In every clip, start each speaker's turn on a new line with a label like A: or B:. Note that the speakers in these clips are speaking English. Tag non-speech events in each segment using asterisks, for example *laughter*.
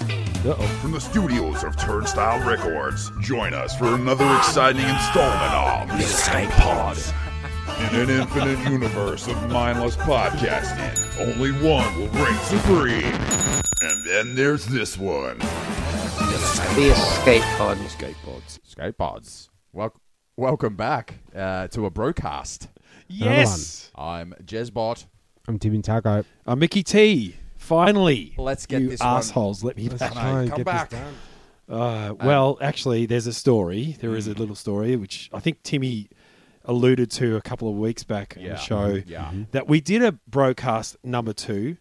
A: Uh-oh.
B: From the studios of Turnstile Records, join us for another exciting installment of The Escape Pod. In an infinite universe of mindless podcasting, only one will reign supreme. And then there's this one.
C: The escape pod.
A: Skate pods. Skate pods. Welcome, welcome back uh, to a broadcast.
D: Yes.
A: I'm Jezbot.
E: I'm Tim Taco.
D: Uh, Mickey T. Finally.
A: Let's get
D: you
A: this one-
D: assholes. Let me
E: Let's
D: back.
E: try and
A: come
E: get
A: back.
E: this done.
D: Uh, well, actually, there's a story. There
A: Mm.
D: is a little story which I think Timmy alluded to a couple of weeks back on
A: Yeah. Mm-hmm.
D: the show.
A: Yeah.
D: That we did a broadcast number two,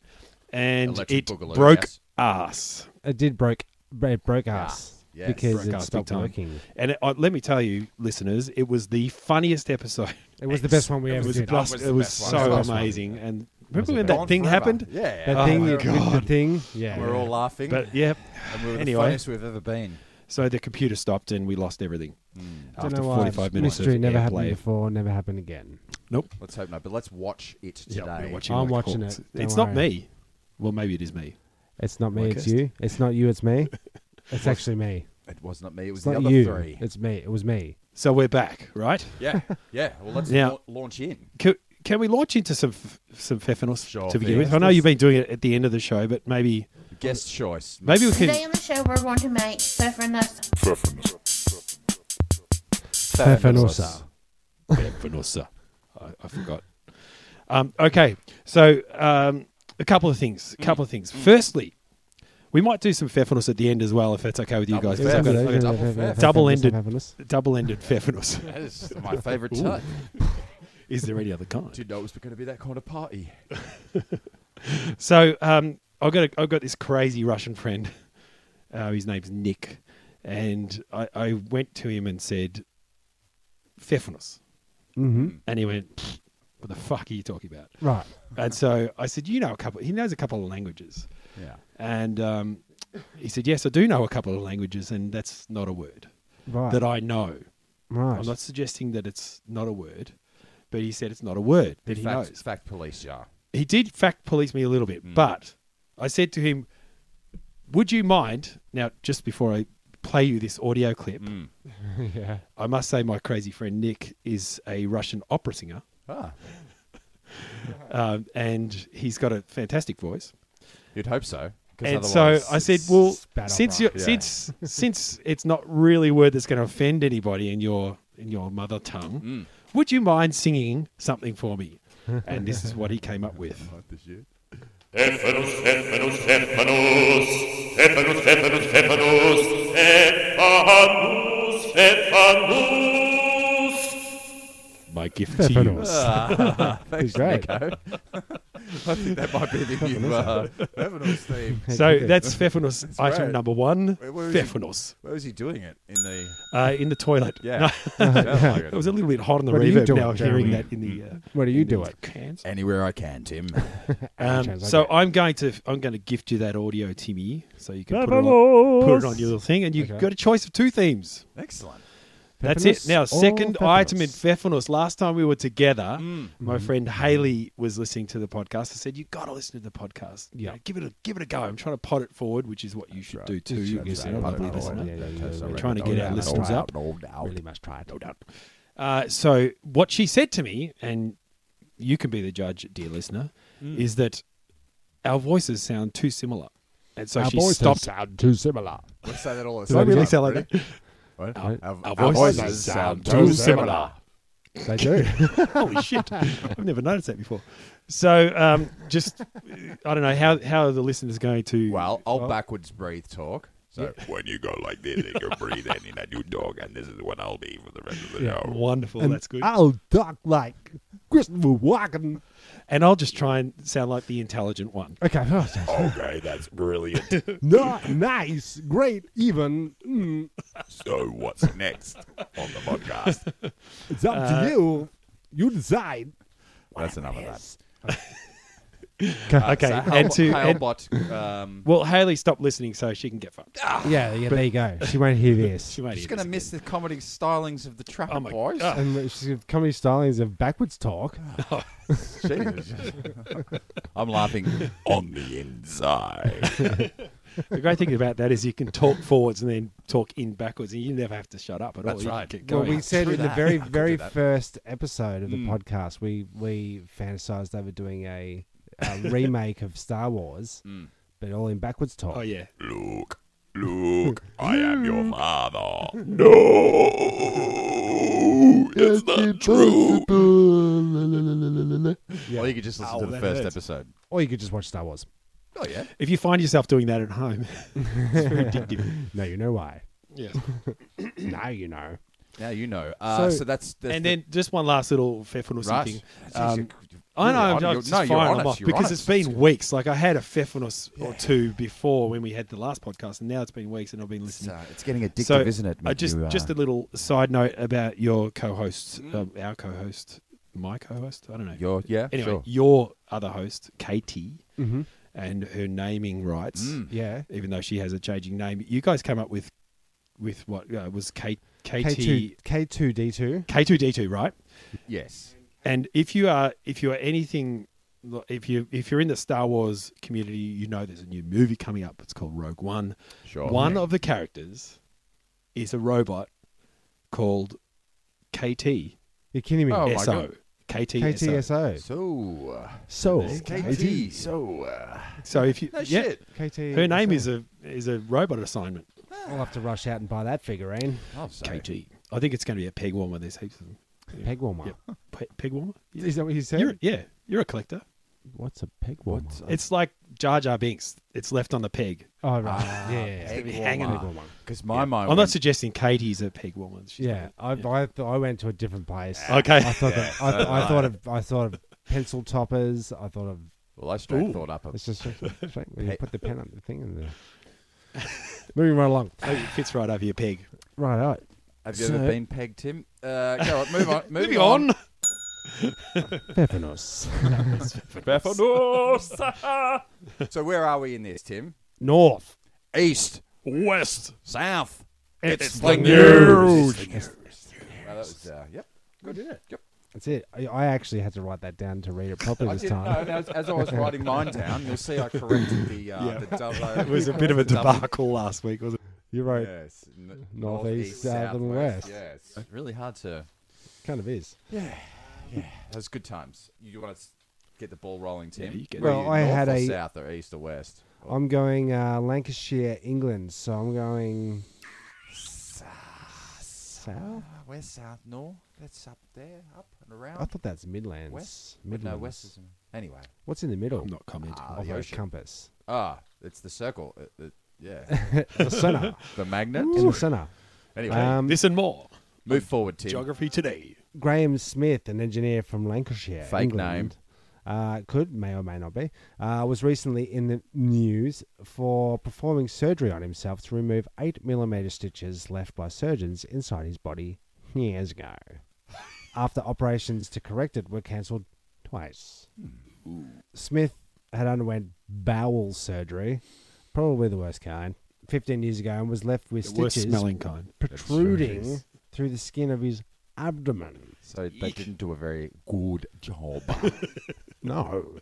D: and
A: Electric
D: it
A: Boogaloo,
D: broke
A: yes.
D: ass.
E: It did broke it broke us
A: Yes.
E: because
D: Broke
E: it
D: us big
E: stopped
D: time.
E: working.
D: And it, uh, let me tell you, listeners, it was the funniest episode.
E: It was the best one we
D: It
E: ever
D: was,
E: did.
D: just-
A: was
D: it
A: the
D: was
A: best one. It
D: so
A: was the best one.
D: amazing. And remember
E: the
D: when
E: best
D: that thing
A: Forever.
D: happened?
A: Yeah.
E: That
D: Oh
E: thing
D: my
E: with the
D: God.
E: thing. Yeah.
F: We're all laughing,
D: But yeah,
F: and we were
D: anyway.
F: the funniest we've ever been.
D: so the computer stopped and we lost everything
A: Hmm.
E: Don't
D: after
E: know why.
D: 45 minutes
E: Mystery
D: of
E: never happened
D: airplay.
E: before, never happened again.
D: Nope.
A: Let's hope not, but let's watch it
D: Yeah,
A: today.
D: we're
E: I'm
D: like
E: watching
D: hawks.
E: it. Don't
D: it's not
E: worry.
D: me. Well, maybe it is me.
E: It's not me, it's
D: Podcast.
E: you. It's not you,
D: *laughs*
E: it's me. It's actually me.
A: It was not me, it was
E: It's
A: the
E: not
A: other
E: you.
A: three.
E: It's me. It was me.
D: So we're back, right? *laughs*
A: Yeah, yeah. Well, let's
D: Now-
A: la- launch in.
D: Can, can we launch into some f- some Fefanos
A: Sure
D: to begin
A: thing.
D: with? I know you've been doing it at the end of the show, but maybe
A: Guest choice.
D: maybe we
G: Today
D: can.
G: on the show, we're going to make Fefrenas.
E: Fefanosa.
D: Fefanosa. I, I forgot. Um, okay, so um, a couple of
A: Hmm.
D: things. A couple of things. Firstly, we might do some Fefanos at the end as well, if that's okay with you
A: Double
D: guys.
A: Fef.
D: I've got a
A: Double-ended-
D: double-ended-
E: Fefanosa.
D: double-ended *laughs* Fefanos.
A: That is my favourite type.
D: Is there any other kind?
A: Didn't know it was going to be that kind of party.
D: *laughs* So um, I got a, I got this crazy Russian friend. Uh, his name's Nick, and I, I went to him and said, "Fefanos,"
E: Mhm.
D: and he went, "Pfft, "What the fuck are you talking *laughs* about?"
E: Right.
D: And so I said, "You know a couple." He knows a couple of languages,
A: Yeah.
D: and um, he said, "Yes, I do know a couple of languages, and that's not a word
E: Right.
D: that I know.
E: right.
D: I'm not suggesting that it's not a word." But he said it's not a word that he
A: fact,
D: knows.
A: fact police, yeah.
D: he did fact police me a little bit, but I said to him, "Would you mind now?" Just before I play you this audio clip,
E: *laughs*
D: *laughs*
E: yeah.
D: I must say my crazy friend Nick is a Russian opera singer,
A: Ah,
D: um, and he's got a fantastic voice.
A: you'd hope so. 'cause
D: And so
A: otherwise
D: I said,
A: it's-
D: "Well,
E: Spat
D: since you
E: opera.
A: Yeah.
D: since since it's not really a word that's going to offend anybody in your in your mother tongue,
A: Mm.
D: would you mind singing something for me?" And this is what he came up with.
A: What the shit?
H: Stephanus, Stephanus, Stephanus, Stephanus, Stephanus, Stephanus, Stephanus, Stephanus.
D: My gift to you.
A: Thanks,
D: *laughs*
E: great.
A: Nico. *laughs* I think that might be the new uh, Revenant theme.
D: So
E: good.
D: that's Fefanos item
A: right.
D: number one.
A: Where- where is he?
D: Fefanos
A: Where was he doing it? In the.
D: uh, in the toilet.
A: *laughs* Yeah. Oh, Sounds
D: *laughs*
A: like it.
D: it was a little bit hot on the
E: What do you
D: reverb
E: do
D: now
E: it,
D: hearing
E: Jeremy?
D: that in the. Uh,
E: What do you
D: in the
E: do it?
D: Cans.
A: Anywhere I can, Tim.
D: Um,
E: Sounds like
D: so
E: it.
D: I'm going to I'm going to gift you that audio, Timmy, so you can put it, on, put it on your little thing, and you've
E: Okay.
D: got a choice of two themes.
A: Excellent.
D: That's it.
E: Fefanos
D: Now,
E: or
D: second item in
E: Fefanos?
D: Fefanos. Last time we were together, my
E: Mm-hmm.
D: friend Haley was listening to the podcast. I said, "You got to listen to the podcast. You
E: Yeah.
D: know, give it a give it a go. I'm trying to pot it forward, which is what you should *laughs* do too.
E: should
D: as
E: do
D: a
E: that.
D: lovely
E: Pot it
D: listener.
E: forward. Yeah, yeah, yeah, yeah.
D: We're
A: Oh,
D: trying to get our listeners up.
E: Really must try it.
D: no doubt. Uh, so what she said to me, and you can be the judge, dear listener, is that our voices sound too similar, and so
E: Our
D: she
E: voices
D: stopped.
E: sound too similar.
A: Let's say that all the
D: Do I
A: same
D: really
A: time.
D: sound like
A: Ready?
D: that?
A: What?
E: Our-
D: our voices sound too similar. *laughs*
E: They do.
D: Holy shit! I've never noticed that before. So um, just I don't know how how are the listeners going to.
A: Well, I'll backwards breathe talk. So
B: When you go like this, and you're breathing in a new dog, and this is what I'll be for the rest of the
E: Yeah.
B: show.
D: Wonderful, that's good.
E: I'll talk like Christopher Walken.
D: and I'll just try and sound like the intelligent one.
E: Okay,
B: Okay, that's brilliant. *laughs*
E: not nice, great, even. Mm,
B: so what's next on the podcast?
E: it's up to you. You decide.
A: that's enough of that.
D: Okay,
A: So Hale-
D: and to and-
A: Halebot,
D: *laughs*
A: um,
D: well, Haley stopped listening, so she can get fucked.
E: Yeah, yeah. there you go. She won't hear this.
D: She might
A: she's
D: hear
A: going to
D: this
A: miss the comedy stylings of the Trapper
D: Oh my
A: Boys.
D: God.
E: And she's comedy stylings of backwards talk.
A: *laughs* Jesus. I'm laughing.
B: on the inside.
D: the great thing about that is you can talk forwards and then talk in backwards, and you never have to shut up at all.
A: That's
D: You can
A: right.
D: get
A: Well,
E: Well,
D: going.
E: we said
A: through
E: in the
A: that.
E: very,
A: I could do
E: very
A: that.
E: first episode of the podcast, we we fantasized over doing a, uh remake of Star Wars, but all in backwards talk.
D: oh yeah,
B: Luke, Luke, I am your father. No, it's not true.
A: Or you could just listen
D: Ow,
A: to the
D: that
A: first
D: hurts.
A: episode.
E: Or you could just watch Star Wars.
A: Oh yeah.
D: if you find yourself doing that at home, *laughs*
A: *laughs*
D: it's very addictive.
E: Now you know why.
D: Yeah.
E: now you know.
A: Now you know. Uh, so,
E: So-
A: that's, that's
D: and
A: the-
D: then just one last little fearfulness
A: right.
D: thing.
A: Jeez,
D: Um,
A: you're-
D: I
A: you're
D: know,
A: on-
D: I'm
A: you're-
D: just
A: no, you're
D: firing
A: honest,
D: them off
A: you're
D: because
A: honest.
D: it's been weeks. Like I had a fearfulness or two before when we had the last podcast, and now it's been weeks, and I've been
A: It's,
D: listening.
A: uh, it's getting addictive,
D: so
A: isn't it?
D: I
A: Matthew?
D: just
A: Uh,
D: just a little side note about your co-hosts,
A: Mm.
D: um, our co-host, my co-host. I don't know.
A: your yeah.
D: anyway,
A: sure.
D: your other host, Katie, and her naming rights.
A: Mm.
E: Yeah.
D: Even though she has a changing name, you guys came up with with what uh, was Kate
E: K two
D: KT
E: K two D two.
D: K two D two, right?
A: Yes.
D: And if you are if you are anything if you if you're in the Star Wars community, you know there's a new movie coming up. It's called Rogue One.
A: Sure.
D: One of the characters is a robot called KT
E: You're kidding me.
A: Oh, my
D: SO.
A: God.
D: KT SO.
E: KTSO.
A: So uh,
E: So
A: KT. So uh,
D: So if you
A: no
D: yeah,
A: shit.
E: KT.
D: her name is a is a robot assignment.
E: I'll have to rush out and buy that figurine.
A: Oh, sorry.
D: KT. I think it's going to be a peg warmer. There's heaps of them.
E: Peg warmer.
D: Yep. Pe- peg warmer. Yeah.
E: Is that what you said?
D: You're, yeah, you're a collector.
E: What's a peg warmer?
D: It's like Jar Jar Binks. It's left on the peg.
E: Oh right. yeah. yeah, yeah.
A: Peg
D: hanging.
A: warmer. Because my mind.
D: I'm not
A: went-
D: suggesting Katie's a peg woman. She's
E: Yeah, I, I, th- I went to a different place.
D: Okay.
E: I thought that, I, th- I thought of I thought of pencil toppers. I thought of
A: well, I straight thought up.
E: it's just straight, when
A: Pe-
E: you put the pen on the thing in there. *laughs* Moving right along.
D: not. It fits right over your peg.
E: Right, all right.
A: Have you ever
E: So-
A: been pegged, Tim? Uh, go on, move on.
D: *laughs* Moving on.
E: Pepinus.
A: so where are we in this, Tim?
E: North.
A: East,
H: West.
A: south.
E: It's
A: the
E: news.
A: Well, that was, uh, yep. Good, did it? Yep.
E: That's it. I, I actually had to write that down to read it
A: *laughs*
E: properly
A: I
E: this
A: did, no,
E: time.
A: and as, as I was writing mine down, you'll see I corrected the uh,
D: Yeah.
A: the
E: *laughs*
A: double.
D: It was a bit of a debacle last week, wasn't it?
E: You wrote
A: Yes, n-
E: Northeast,
A: northeast,
E: south, and
A: southwest,
E: west.
A: Yes, It's really hard to.
E: kind of is.
A: That's good times. You want to get the ball rolling, Tim?
D: Yeah, you get
A: Where
E: it.
A: are
E: Well, I
A: north
E: had
A: or
E: a-
A: south or east or west.
E: I'm going uh, Lancashire, England. So I'm going south.
A: west, south, north. That's up there, up and around.
E: I thought that's Midlands.
A: west. No,
E: Midlands.
A: west is anyway.
E: What's in the middle?
D: I'm not commenting.
A: Ah,
E: of
A: the
E: a
A: ocean.
E: compass.
A: Ah, it's the circle. It- it- yeah,
E: *laughs* the center.
A: the magnet.
E: in the center.
A: Anyway,
E: Um,
D: this and more.
A: move forward, Tim.
D: Geography today.
E: Graham Smith, an engineer from Lancashire,
A: Fake
E: England, uh, could may or may not be, uh, was recently in the news for performing surgery on himself to remove eight millimeter stitches left by surgeons inside his body years ago.
D: *laughs*
E: After operations to correct it were cancelled twice,
D: Hmm.
E: Smith had underwent bowel surgery, probably the worst kind, 15 years ago, and was left with
D: The worst
E: stitches
D: smelling kind.
E: protruding through the skin of his abdomen.
A: So they didn't do a very good
D: *laughs*
A: job.
E: No.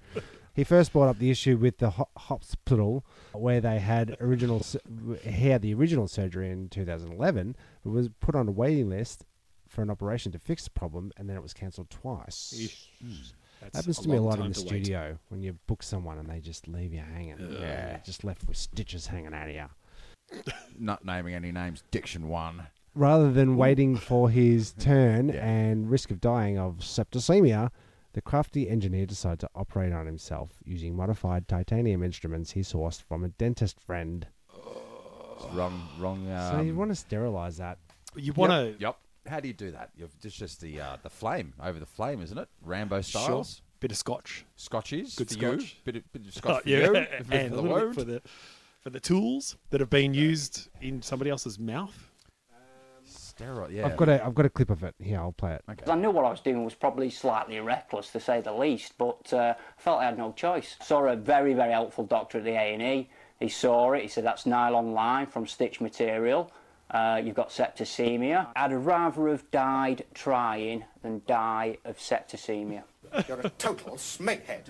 E: he first brought up the issue with the ho- hospital where they had original s- he had the original surgery in 2011, but was put on a waiting list for an operation to fix the problem, and then it was cancelled twice.
D: That's
E: Happens to me a
D: long
E: lot
D: time
E: in the
D: to wait.
E: studio when you book someone and they just leave you hanging. Yeah, You're just left with stitches hanging out of you.
A: Not naming any names. Diction one.
E: rather
D: Mm.
E: than waiting for his
D: *laughs*
E: turn
A: Yeah.
E: and risk of dying of septicemia, the crafty engineer decided to operate on himself using modified titanium instruments he sourced from a dentist friend.
A: It's wrong, wrong. Um,
E: so you want to sterilize that?
D: You want to.
A: Yep, yep. How do you do that? You've, it's just the uh, the flame over the flame, isn't it? Rambo
D: Sure.
A: styles,
D: Bit of scotch.
A: scotches
D: Good
A: for you,
D: scotch.
A: bit of,
D: *laughs*
A: bit of scotch for
D: yeah.
A: you, bit
D: and
A: for
D: a
A: Oh, the
D: little bit
A: wound.
D: for the for the tools that have been used in somebody else's mouth.
A: Steroid, yeah.
E: I've got a I've got a clip of it here. I'll play it.
F: I knew what I was doing was probably slightly reckless, to say the least, but uh, I felt I had no choice. Saw a very, very helpful doctor at the A&E. He saw it. He said, that's nylon line from stitch material. Uh, you've got septicemia. I'd rather have died trying than die of septicemia.
I: You're a total smeathead.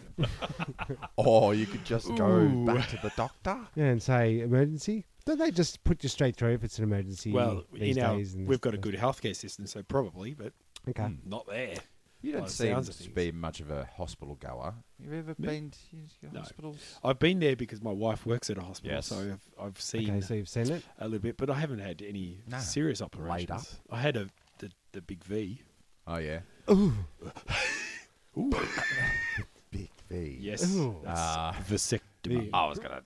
A: Or Oh, you could just go back to the doctor.
E: Yeah, and say emergency. Don't they just put you straight through if it's an emergency?
D: Well,
E: these
D: in our,
E: days and
D: we've got a good mm, healthcare system, so probably, but
E: Okay.
D: not there.
A: You don't
D: By the
A: seem
D: sounds of
A: to
D: things.
A: be much of a hospital goer. You've ever been to your
D: No.
A: hospitals?
D: I've been there because my wife works at a hospital,
A: Yes.
D: so I've, I've seen
E: Okay, so you've
D: *laughs*
E: seen it.
D: a little bit, but I haven't had any
A: No.
D: serious
A: Laid
D: operations.
A: up.
D: I had a the, the big V.
A: Oh yeah.
D: Ooh.
A: *laughs* Big V.
D: Yes,
E: Ooh.
D: that's
A: Ah.
D: vasectomy.
A: I was gonna.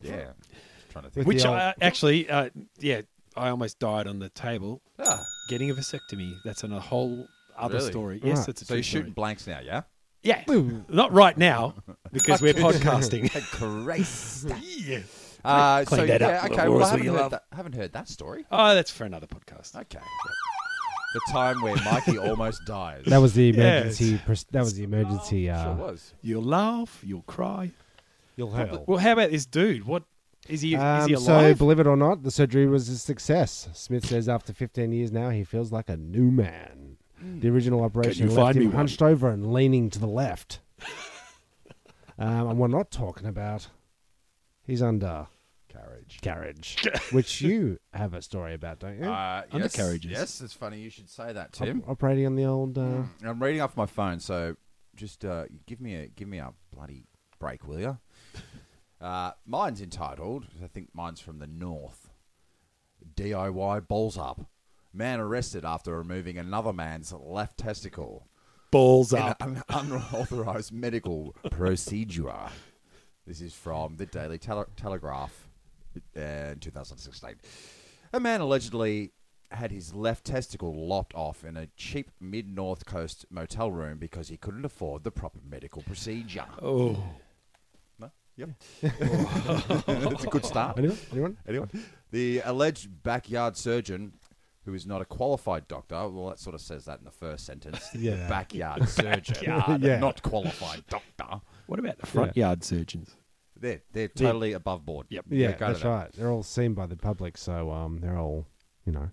A: Yeah. Just trying to think.
E: With
D: Which
E: the old-
D: I, actually, uh, yeah, I almost died on the table
A: Ah,
D: getting a vasectomy. That's on a whole other
A: Really?
D: story. Yes,
E: Right.
D: it's a
A: so
D: true
A: you're shooting
D: story.
A: blanks now, yeah?
D: Yeah,
E: Ooh.
D: not right now *laughs* because we're
E: *laughs*
D: podcasting.
A: Christ.
D: yeah.
A: Uh, so
D: Clean that
A: yeah,
D: up,
A: okay.
D: Laura,
A: Well, I
D: so
A: haven't
D: you
A: heard,
D: love-
A: that, haven't heard that story.
D: Oh, that's for another podcast.
A: Okay. The time where *laughs* Mikey almost dies.
E: That was the
D: *laughs* Yes.
E: emergency. pres- That was the emergency. Uh,
A: sure was.
D: You'll laugh, you'll cry.
E: You'll hurl.
D: Well, how about this dude? What is he? is he
E: Um, so
D: alive?
E: believe it or not, the surgery was a success. Smith says after 15 years now, he feels like a new man. The original
D: Hmm.
E: operation
D: you
E: left
D: find me
E: him
D: one?
E: hunched over and leaning to
D: *laughs*
E: the left. um, and we're not talking about his undercarriage,
A: Carriage.
D: *laughs*
E: which you have a story about, don't you?
A: Uh, yes,
D: Undercarriages.
A: Yes, it's funny you should say that,
E: Op-
A: Tim.
E: operating on the old. Uh,
D: Hmm.
A: I'm reading off my phone, so just uh, give me a give me a bloody break, will you? Uh, mine's entitled. I think mine's from the north. DIY balls up. Man arrested after removing another man's left testicle
D: Balls
A: in
D: up.
A: an unauthorized medical procedure. This is from the Daily Tele- Telegraph uh, in 2016. A man allegedly had his left testicle lopped off in a cheap mid North Coast motel room because he couldn't afford the proper medical procedure.
D: Oh,
A: No? Yep. *laughs* That's a good start.
E: anyone? Anyone?
A: Anyway, the alleged backyard surgeon, who is not a qualified doctor, well, that sort of says that in the first sentence.
E: Yeah.
A: Backyard *laughs* surgeon,
E: Yeah.
A: not qualified doctor.
D: what about the front yard surgeons?
A: They're, they're totally above board. Yep.
E: Yeah, that's right. They're all seen by the public, so um, they're all, you know.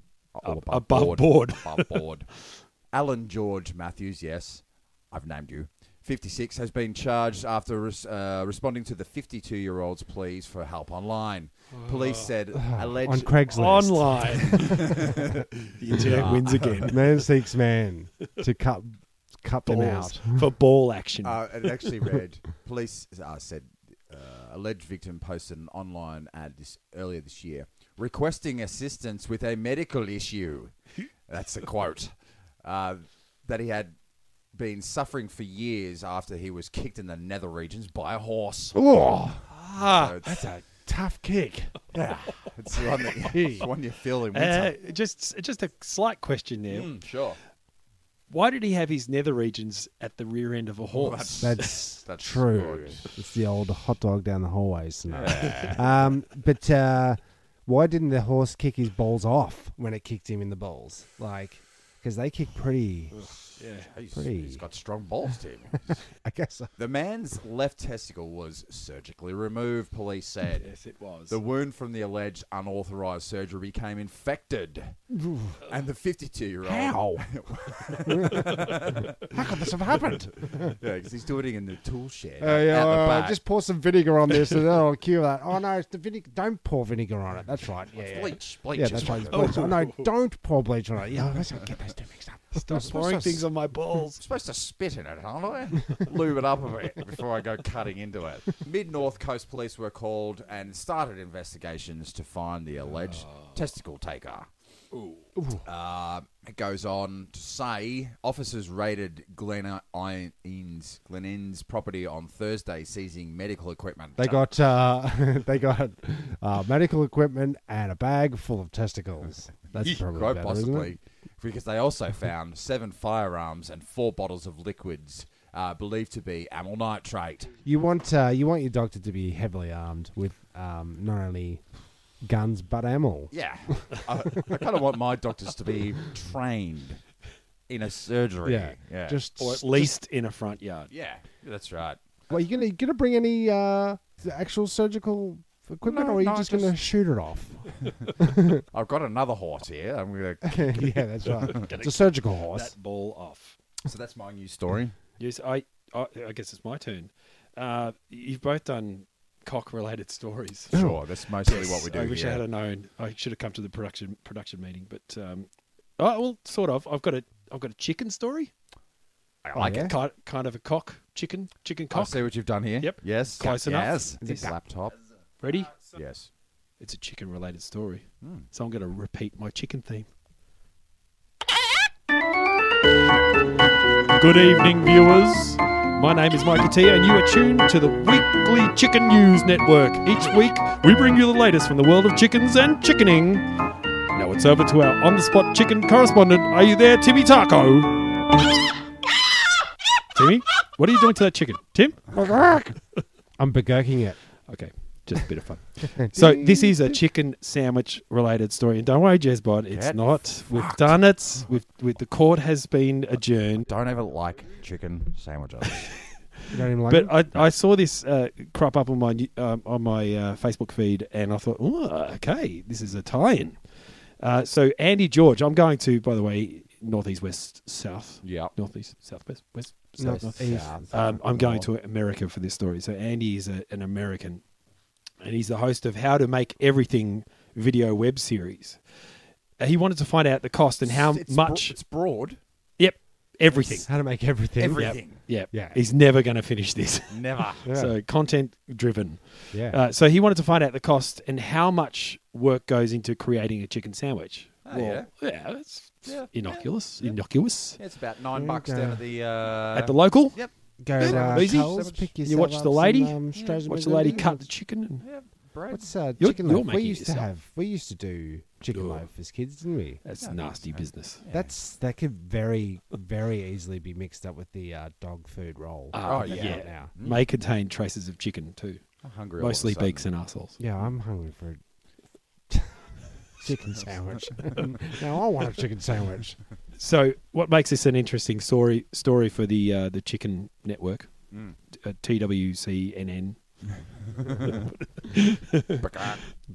A: All
D: Ab- above board.
A: *laughs* above board. Alan George Matthews, yes, I've named you. 56 has been charged after res- uh, responding to the 52 year old's pleas for help online. Police said alleged.
E: *sighs* on Craigslist.
D: Online.
E: *laughs*
D: the internet wins again.
E: Man seeks man to cut cut them
D: Balls
E: out.
D: for ball action.
A: Uh, it
E: *laughs*
A: actually read police uh, said uh, alleged victim posted an online ad this earlier this year requesting assistance with a medical
E: *laughs*
A: issue. That's the quote uh, that he had been suffering for years after he was kicked in the nether regions by a horse.
D: ah,
A: So it's,
E: That's a tough kick.
A: yeah, it's one that it's one you feel in
D: uh,
A: winter.
D: just just a slight question there.
A: Mm, sure,
D: Why did he have his nether regions at the rear end of a horse?
E: That's,
A: That's
E: true.
A: good.
E: It's the old hot dog down the hallway scenario. um, but uh, why didn't the horse kick his balls off when it kicked him in the balls? Like, because they kick pretty.
A: He's-
E: Pretty.
A: he's got strong balls,
E: *laughs*
A: Tim.
E: I guess.
A: the man's left testicle was surgically removed. Police said.
D: yes, it was.
A: The wound from the alleged unauthorized surgery became
D: *sighs*
A: infected. and the 52 year old.
E: How? How could this have happened?
A: *laughs* Yeah, because he's doing it in the tool shed.
E: Uh, *laughs* yeah,
A: at the
E: uh,
A: back.
E: just pour some vinegar on this and that'll *laughs* cure that. Oh no, it's the vinegar. Don't pour vinegar on it. That's right. Yeah, yeah.
A: Bleach, bleach.
E: Yeah,
A: is
E: that's
A: what
E: right.
A: it-
E: Bleach. Oh, no, don't pour bleach on it. Yeah, let's not get those two mixed up.
D: Stop pouring things on *laughs* my balls.
A: I'm supposed to spit in it, aren't I? *laughs* Lube it up a bit before I go cutting into it. Mid North Coast Police were called and started investigations to find the alleged testicle taker. Uh, it goes on to say officers raided Glen Innes, Glen Innes property on Thursday, seizing medical equipment.
E: They got uh, *laughs* they got uh, medical equipment and a bag full of testicles. That's probably
A: quite
E: better, Isn't it?
A: possibly because they also found seven firearms and four bottles of liquids uh, believed to be amyl nitrate.
E: You want uh, you want your doctor to be heavily armed with um, not only guns but ammo.
A: Yeah, I, I kind of want my doctors to be trained in a surgery.
E: Yeah, Just
D: Or at least in a front yard.
A: yeah, that's right.
E: well, you gonna you gonna bring any uh, actual surgical equipment,
A: No,
E: or are you
A: no,
E: just,
A: just-
E: gonna shoot it off? *laughs*
A: I've got another horse here. I'm gonna. *coughs*
E: yeah, that's right. it's a surgical horse.
D: That ball off.
A: so that's my new story.
D: Yes, I, I, I guess it's my turn. Uh, you've both done cock-related stories.
A: Sure, that's mostly what we do.
D: I wish
A: here.
D: I had known. I should have come to the production production meeting, but um, oh, well, sort of. I've got a I've got a chicken story.
A: I like
E: yeah?
A: it.
D: Kind, kind of a cock chicken chicken
A: I
D: cock.
A: see what you've done here.
D: Yep.
A: Yes.
D: Close enough.
A: yes.
D: Is it
A: This
D: back?
A: laptop.
D: Ready?
A: Yes.
D: It's a chicken related story, so I'm going to repeat my chicken theme. Good evening, viewers. My name is Mike Tia, and you are tuned to the Weekly Chicken News Network. Each week, we bring you the latest from the world of chickens and chickening. Now it's over to our on the spot chicken correspondent. Are you there, Timmy Taco? Timmy, what are you doing to that chicken? Tim?
E: *laughs* I'm begurking it.
D: Okay, just a bit of fun. so this is a chicken sandwich related story, and don't worry, Jezbot, it's
A: Get
D: not. We've done it. We've, we the court has been adjourned.
A: Don't ever like chicken
D: *laughs*
A: sandwiches.
E: You don't even like
D: But
E: it?
D: I, I saw this uh, crop up on my new- um, on my uh, Facebook feed, and I thought, oh, okay, this is a tie-in. Uh, so Andy George, I'm going to, by the way, northeast, west, south,
A: yeah.
D: northeast, southwest, west, south,
E: No,
D: north.
E: he's-
D: Um, I'm going to America for this story. So Andy is a, an American, and he's the host of How to Make Everything video web series. Uh, He wanted to find out the cost and how
A: It's bro-
D: much.
A: it's broad.
D: yep, everything.
E: how to make everything.
A: Everything.
D: Yep.
E: Yeah.
D: He's never going to finish this. *laughs*
A: Never.
E: Yeah.
D: So content driven.
E: Yeah.
D: Uh, so he wanted to find out the cost and how much work goes into creating a chicken sandwich.
A: Oh, yeah.
D: yeah, it's
A: Yeah.
D: innocuous. Innocuous.
A: It's about nine
E: you
A: bucks
E: go.
A: down at the. Uh,
D: At the local,
A: Yep.
E: Go to uh,
D: Easy.
E: Coles, pick
D: You
E: yourself
D: watch
E: up
D: the lady?
E: Some, um, Australian
D: watch the lady
E: McDonald's.
D: cut the chicken and
A: Yeah. Bread.
E: What's uh,
D: You're-
E: chicken
D: you're
E: loaf? We
D: making
E: used to
D: this up.
E: have. We used to do chicken
D: No.
E: loaf as kids, didn't we?
D: That's nasty business.
E: That's that could very very easily be mixed up with the uh, dog food roll.
D: Ah,
A: Oh, yeah.
E: Right now.
D: May contain traces of chicken too,
A: I'm hungry. all of a
D: mostly
A: sudden.
D: beaks and assholes.
E: Yeah, I'm hungry for a
D: *laughs*
E: chicken sandwich. now I want a chicken sandwich.
D: So, what makes this an interesting story story for the uh, the chicken network, uh, TWCNN,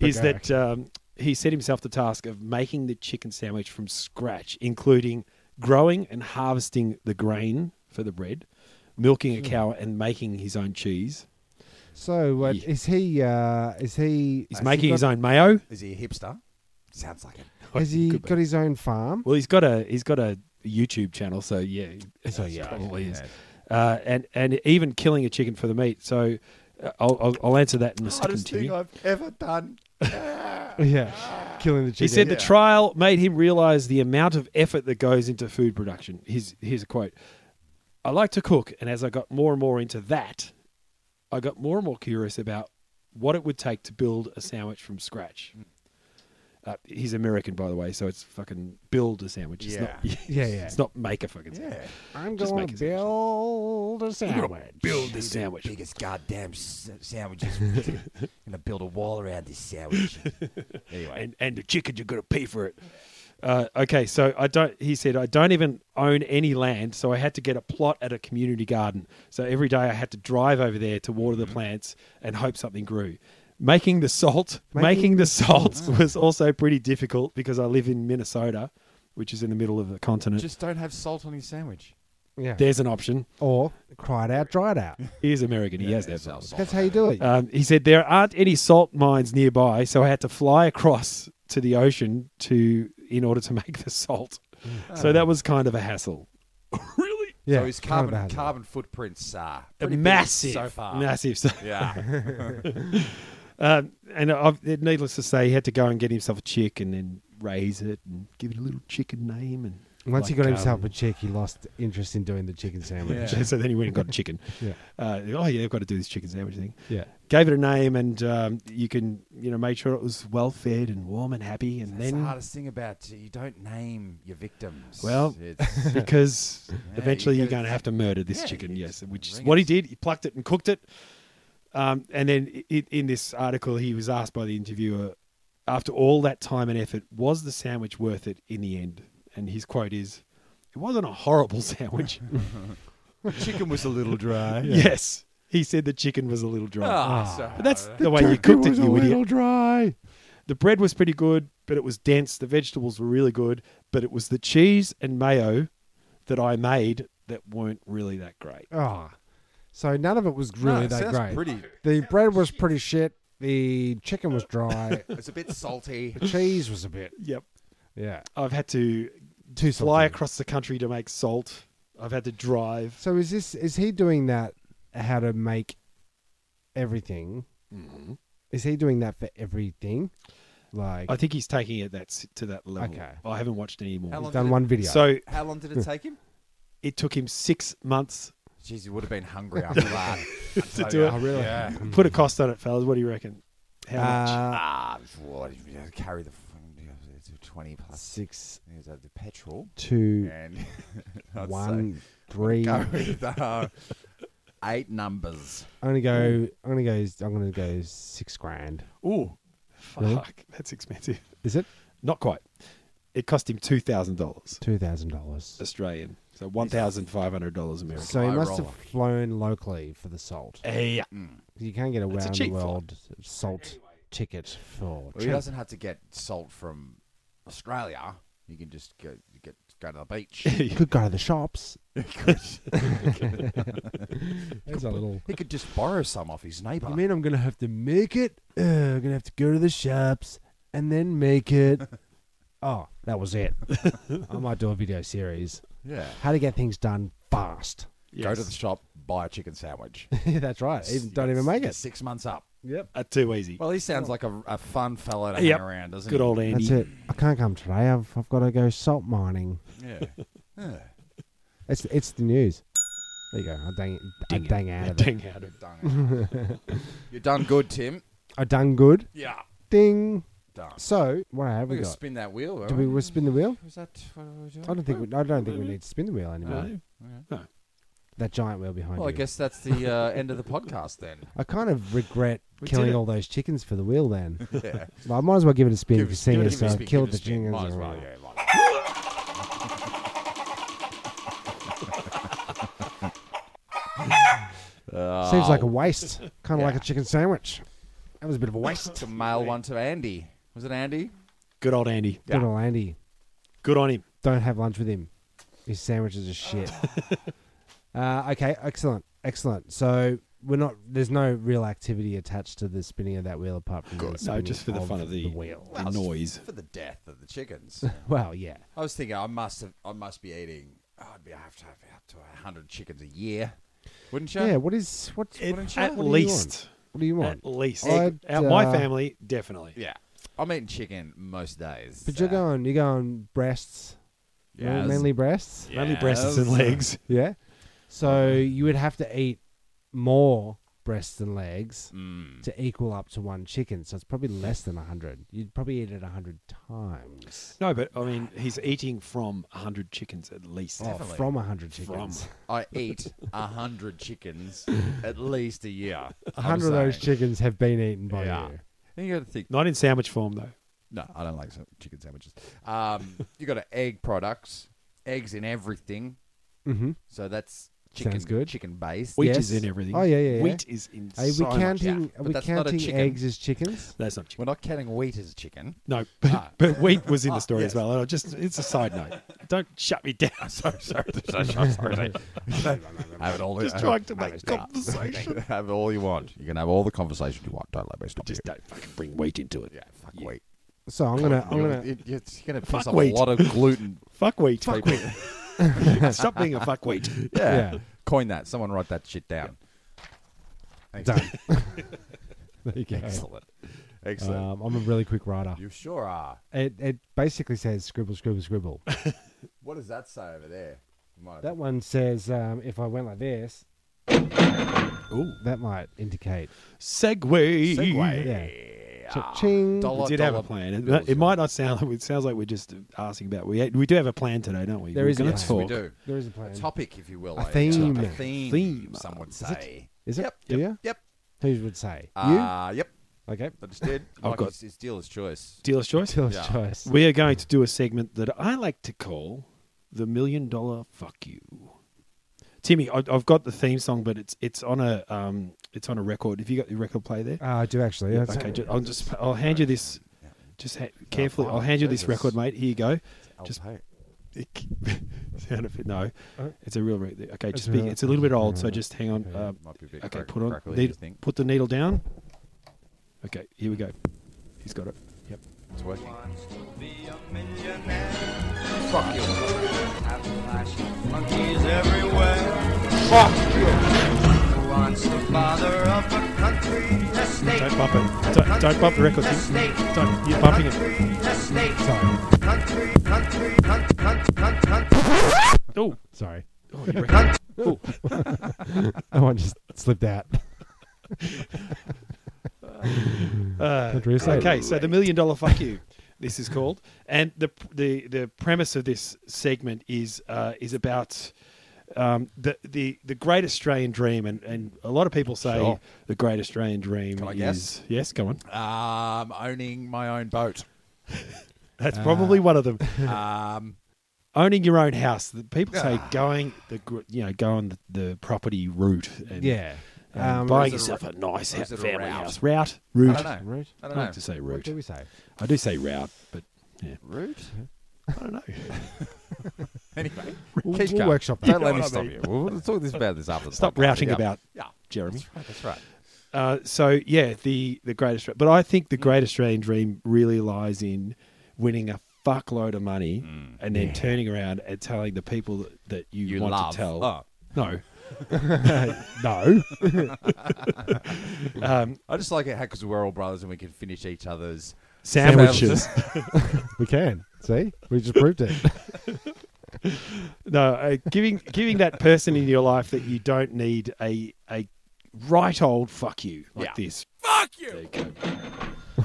D: is that um, he set himself the task of making the chicken sandwich from scratch, including growing and harvesting the grain for the bread, milking a cow, and making his own cheese.
E: So uh,
D: Yeah.
E: is he? Uh, is he?
D: He's
E: has
D: making
E: he
D: his
E: got,
D: own mayo.
A: Is he a hipster? Sounds like it.
E: Has he
D: Could be.
E: got his own farm?
D: Well, he's got a he's got a YouTube channel, so yeah, so
E: yeah,
D: probably is. Uh, and and even killing a chicken for the meat. So uh, I'll, I'll, I'll answer that in a second.
A: Hardest
D: Timmy.
A: thing I've ever done.
E: yeah, *laughs* killing the chicken.
D: He said the trial made him realize the amount of effort that goes into food production. Here's, here's a quote I like to cook, and as I got more and more into that, I got more and more curious about what it would take to build a sandwich from scratch. Uh, he's American, by the way, so it's fucking build a sandwich. It's not,
A: *laughs*
E: Yeah,
D: *laughs*
E: yeah.
D: It's not make a fucking sandwich.
A: Yeah.
E: I'm
D: just
E: going
D: make
E: to
D: a sandwich.
A: *laughs*
E: build a sandwich.
D: Build the sandwich.
A: Biggest goddamn s- sandwiches. *laughs* Gonna build a wall around this sandwich. anyway.
D: and and the chicken you're gonna pay for it. Uh, okay, so I don't. He said I don't even own any land, so I had to get a plot at a community garden. So every day I had to drive over there to water the plants and hope something grew. Making the salt, making, the salt was also pretty difficult because I live in Minnesota, which is in the middle of the
A: *laughs*
D: continent.
A: Just don't have salt on your sandwich.
E: Yeah.
D: There's an option.
E: Or cry it out, dry
A: *laughs*
E: it out.
D: He is American. He has that.
A: It's our salt.
E: That's how you do it.
A: Uh,
D: Um, he said there aren't any salt mines nearby, so I had to fly across to the ocean to in order to *laughs* make the salt. So that was kind of a hassle. really?
E: yeah,
A: so his
E: kind of
A: carbon
E: bad.
A: carbon footprints are pretty big
D: Massive.
A: so far.
D: Massive. So,
A: Yeah.
D: um, and I've, needless to say, he had to go and get himself a chick and then raise it and give it a little chicken name. And
E: Once he
D: like,
E: got himself
D: um,
E: a chick, he lost interest in doing the
D: *laughs*
E: chicken sandwich.
A: *laughs*
D: so then he went and got a chicken.
E: *laughs* Yeah.
D: Uh, oh, yeah, I've got to do this chicken sandwich thing.
E: Yeah.
D: Gave it a name, and um, you can, you know, made sure it was well fed and warm and happy. And
A: That's
D: then
A: the hardest thing about uh, you don't name your victims.
D: Well,
A: it's,
D: *laughs* because eventually
A: you
D: you're
A: gotta-
D: going to have to murder this
A: Yeah,
D: chicken.
A: you
D: Yes, which is
A: wring
D: what he
A: it.
D: did. He plucked it and cooked it. Um, and then i in this article, he was asked by the interviewer, after all that time and effort, was the sandwich worth it in the end? And his quote is, "It wasn't a horrible *laughs* sandwich."
A: *laughs* chicken was a little dry.
D: *laughs* Yes, he said the chicken was a little dry.
A: Ah, so- *laughs*
D: But that's the way you cooked it, you idiot.
E: dry.
D: The bread was pretty good, but it was dense. The vegetables were really good, but it was the cheese and mayo that I made that weren't really that great.
E: Oh. So none of it was really
A: it
E: that
A: sounds
E: great.
A: pretty-
E: The bread was pretty shit. The chicken was
A: *laughs*
E: dry.
A: It's a bit salty.
E: the cheese was a bit.
D: Yep.
E: Yeah.
D: I've had to
E: Too
D: fly
E: salty.
D: across the country to make salt. I've had to drive.
E: So is this is he doing that how to make everything? Is he doing that for everything? Like
D: I think he's taking it that's to that level.
E: Okay.
D: I haven't watched any more.
A: How
E: he's
A: long
E: done
A: did it-
E: one video.
D: So
A: How long did it take him?
D: it took him six months.
A: Jeez, you would have been hungry after that.
D: To do it.
E: oh, really?
A: Yeah.
D: Put a cost on it, fellas. What do you reckon? How much?
E: Uh,
A: Ah, what? you know, Carry the fucking- it's a twenty plus.
E: six
A: There's uh, the petrol
E: two
A: and *laughs* I'd
E: one three.
A: say Go *laughs* with uh, eight numbers.
E: I'm gonna go. I'm gonna go. I'm gonna go six grand.
D: Ooh, fuck.
E: Really?
D: That's expensive.
E: Is it
D: Not quite. It cost him two thousand dollars
E: two thousand dollars?
D: Australian, so one thousand five hundred dollars American.
E: So he
A: high
E: must
A: roller.
E: have flown locally for the salt.
D: yeah.
E: You can't get a
D: That's a
E: round the
D: cheap flight.
E: world salt ticket for.
A: Well, he
E: cheap.
A: doesn't have to get salt from Australia. You can just go get go to the
E: *laughs*
A: beach.
E: You could go to the *laughs* shops. There's a little.
A: he could just borrow some off his neighbour.
E: You mean I'm gonna have to make it? Uh, I'm gonna have to go to the shops and then make *laughs* it. oh, that was *laughs* it. I might do a video series.
A: yeah.
E: How to get things done *laughs* fast.
A: Go to the shop, buy a chicken
E: *laughs*
A: sandwich.
E: That's right. Even, don't even make
A: You're
E: it.
A: Six months up.
E: Yep.
D: Uh, too easy.
A: Well, he sounds like a, a fun fellow to
D: Yep.
A: hang around, doesn't
D: Good
A: he?
D: old Andy.
E: That's it. I can't come today. I've I've got to go salt mining.
A: Yeah.
E: It's it's the news. There you go. I dang
D: Ding
E: I dang out *laughs*
D: Yeah,
E: of it.
D: dang out of it.
A: Done
E: *laughs*
A: it. You're done good, Tim.
E: I done good.
A: Yeah. Done.
E: Ding.
A: We're
E: So what have we
A: going to
E: got?
A: spin that wheel.
E: Do we we spin the wheel?
A: Was that what we were doing?
E: I don't think we, I don't think we need to spin the wheel anymore. That giant wheel behind
A: Well, I
E: you.
A: guess that's the uh, end of the podcast
E: *laughs*
A: then.
E: I kind of regret
D: We did
E: killing
D: it.
E: all those chickens for the wheel then.
A: *laughs* Yeah.
E: But I might as well give it a spin
A: Give
E: for
A: it- give
E: seeing
A: it a
E: as
A: spin,
E: I
A: give
E: killed
A: it a
E: uh, the
A: spin.
E: chickens.
A: Might as
E: and
A: well,
E: all.
A: yeah, might as well.
E: Seems
A: Oh.
E: like
A: *laughs*
E: a waste. kind of like a chicken sandwich. That was a bit of a
A: It's
E: waste.
A: a mail one to Andy. Was it Andy?
D: Good old Andy.
A: Yeah.
E: Good old Andy.
D: Good on him.
E: Don't have lunch with him. His sandwiches
A: *laughs*
E: are shit. uh, okay, excellent, excellent. So we're not. There's no real activity attached to the spinning of that wheel apart from The
D: No,
E: spinning
D: just for the
E: of
D: fun of the,
E: wheel.
D: the noise.
A: For the death of the chickens.
E: Well, yeah.
A: *laughs* I was thinking I must have, I must be eating. oh, I'd be I have to have up to hundred chickens a year, wouldn't you?
E: Yeah. What is what?
D: At-
E: what,
D: at
E: what
D: least.
E: Do you want?
D: At least.
E: I'd,
D: Out my
E: uh,
D: family, definitely.
A: yeah. I'm eating chicken most days. Uh,
E: But you're
A: so-
E: going, you're going breasts, ma-
A: Yes.
E: mainly breasts.
D: Only breasts and
A: Yes.
D: legs.
E: Yeah. So you would have to eat more breasts and legs to equal up to one chicken. So it's probably less than hundred. You'd probably eat it hundred times.
D: No, but I mean, he's eating from 100 chickens at least.
E: Oh, from hundred chickens.
A: I eat a hundred
E: *laughs*
A: chickens at least a year.
E: A hundred of those chickens have been eaten by
A: Yeah.
E: you.
A: And you got to think.
D: Not in sandwich form, though.
A: No, I don't like sa- chicken sandwiches. Um, you got to *laughs* egg products, eggs in everything.
E: Mm-hmm.
A: So that's chicken,
E: Sounds good.
A: chicken based.
D: Wheat
E: Yes.
D: is in everything.
E: Oh, yeah, yeah, yeah.
D: Wheat is in
E: Are we
D: so much.
E: counting? Are
A: but
E: we
A: that's not a
E: counting
A: chicken.
E: eggs as
D: *laughs*
E: chickens?
D: That's not
A: We're
D: chicken.
A: not counting wheat as chicken.
D: No, but,
A: Ah.
D: but wheat was in the story as
A: yes.
D: well. And I just It's a side note. Don't shut me down. *laughs*
A: sorry, sorry, sorry, sorry, sorry. have it all.
D: Just
A: have-
D: trying to make
A: have it-
D: conversation.
A: *laughs* Have all you want. You can have all the conversation you want. Don't let me stop
D: Just
A: you.
D: don't fucking bring wheat into it.
A: Yeah,
D: *laughs*
A: fuck wheat.
E: So I'm gonna, I'm
A: You're- *laughs*
E: gonna,
A: it- it's gonna piss
D: Fuck
A: off
D: wheat.
A: a lot
D: *laughs*
A: of gluten.
D: Fuck wheat. Fuck
A: people.
D: wheat. *laughs* Stop being a fuck wheat.
A: yeah.
E: Yeah.
A: coin that. Someone write that shit down.
E: done. there you go.
A: Excellent, excellent.
E: Um, I'm a really quick writer.
A: you sure are.
E: It, it basically says scribble, scribble, scribble.
A: What does that say over there? You might have-
E: That one says, um, if I went like this,
D: Ooh.
E: that might indicate.
D: Segway.
A: Segway.
E: Yeah.
A: Ah,
E: Ching.
A: dollar-
D: We did have a
A: dollar
D: plan. It,
A: bills,
D: it might not sound. It sounds like we're just asking about. We we do have a plan today, don't we?
E: There
D: We're
E: is a
D: gonna
E: plan.
A: Yes, we
D: talk.
A: do.
E: There is a
A: A
E: plan.
A: topic, if you will.
E: A
A: I guess.
E: theme.
A: A theme.
D: Theme.
A: Some would say.
E: Is it?
A: Yep.
E: Do you?
A: Yep.
E: Who would say?
A: Uh, yep.
E: you? Okay.
A: I just did.
D: I've
A: Like
D: got-
A: his, his dealer's choice.
D: Dealer's choice.
E: Dealer's
A: Yeah.
E: choice.
D: We are going to do a segment that I like to call the million dollar fuck you. Timmy, I, I've got the theme song, but it's it's on a um it's on a record. Have you got your record play there?
E: Uh, I do actually. That's
D: okay, ju- I'll just I'll hand you this. Just ha- carefully, I'll hand you this
A: Jesus.
D: record, mate. Here you go.
A: I'll
D: Just
A: pay.
D: *laughs* sound effect. No, it's a real. Re- okay, just
E: a
D: be,
E: real-
D: it's a little bit old, so just hang on. Uh,
A: Might be a bit
D: okay,
A: crack-
D: put on.
A: crackly,
D: needle-
A: you think.
D: put the needle down. Okay, here we go. He's got it. Yep.
A: It's working.
D: Don't bump it. Don't, don't bump the record. You- Don't. You're bumping it. Sorry. Oh,
E: Sorry.
D: oh, you reckon-
E: That one just slipped out.
D: Uh,
E: Couldn't really say it.
D: okay, so the million dollar fuck you. This is called, and the the the premise of this segment is uh, is about um, the the the great Australian dream, and, and a lot of people say
A: Sure.
D: the great Australian dream
A: I
D: is
A: guess?
D: yes, go on.
A: Um, owning my own boat.
D: That's
E: Ah.
D: probably one
E: *laughs*
D: of them.
A: Um,
D: Owning your own house. The People say
A: Ah.
D: going the gr- you know going the, the property route. And,
E: Yeah.
D: and
E: Um,
D: buying
A: Or is it a
D: yourself a, nice
A: or
D: ha-
A: is it a
D: family
A: route?
D: house route
A: I
D: route.
A: don't know.
E: Root.
A: I
D: I
A: don't know.
D: like to say
E: What
D: route.
E: do we say?
D: I do say route, but yeah,
A: Root?
D: I don't know.
A: *laughs* Anyway,
E: We'll,
A: keep
E: we'll
A: going.
E: workshop that.
A: Don't let me stop *laughs* you. We'll we'll talk this about this after. the
D: Stop
A: podcast.
D: routing
A: Yeah.
D: about
A: Yeah,
D: Jeremy.
A: that's right.
D: Uh, so yeah, the the great Australian, but I think the
A: Mm.
D: great Australian dream really lies in winning a fuckload of money and then turning around and telling the people that, that you,
A: Mm. You
D: want
A: love.
D: to tell.
A: Oh,
D: No,
E: *laughs*
D: no.
A: I just like it because we're all brothers and we can finish each other's
D: Sandwiches.
E: We can. See? We just proved it.
D: *laughs* no, uh, giving giving that person in your life that you don't need a a right old fuck you like
A: Yeah.
D: this.
A: Fuck you.
D: There you go.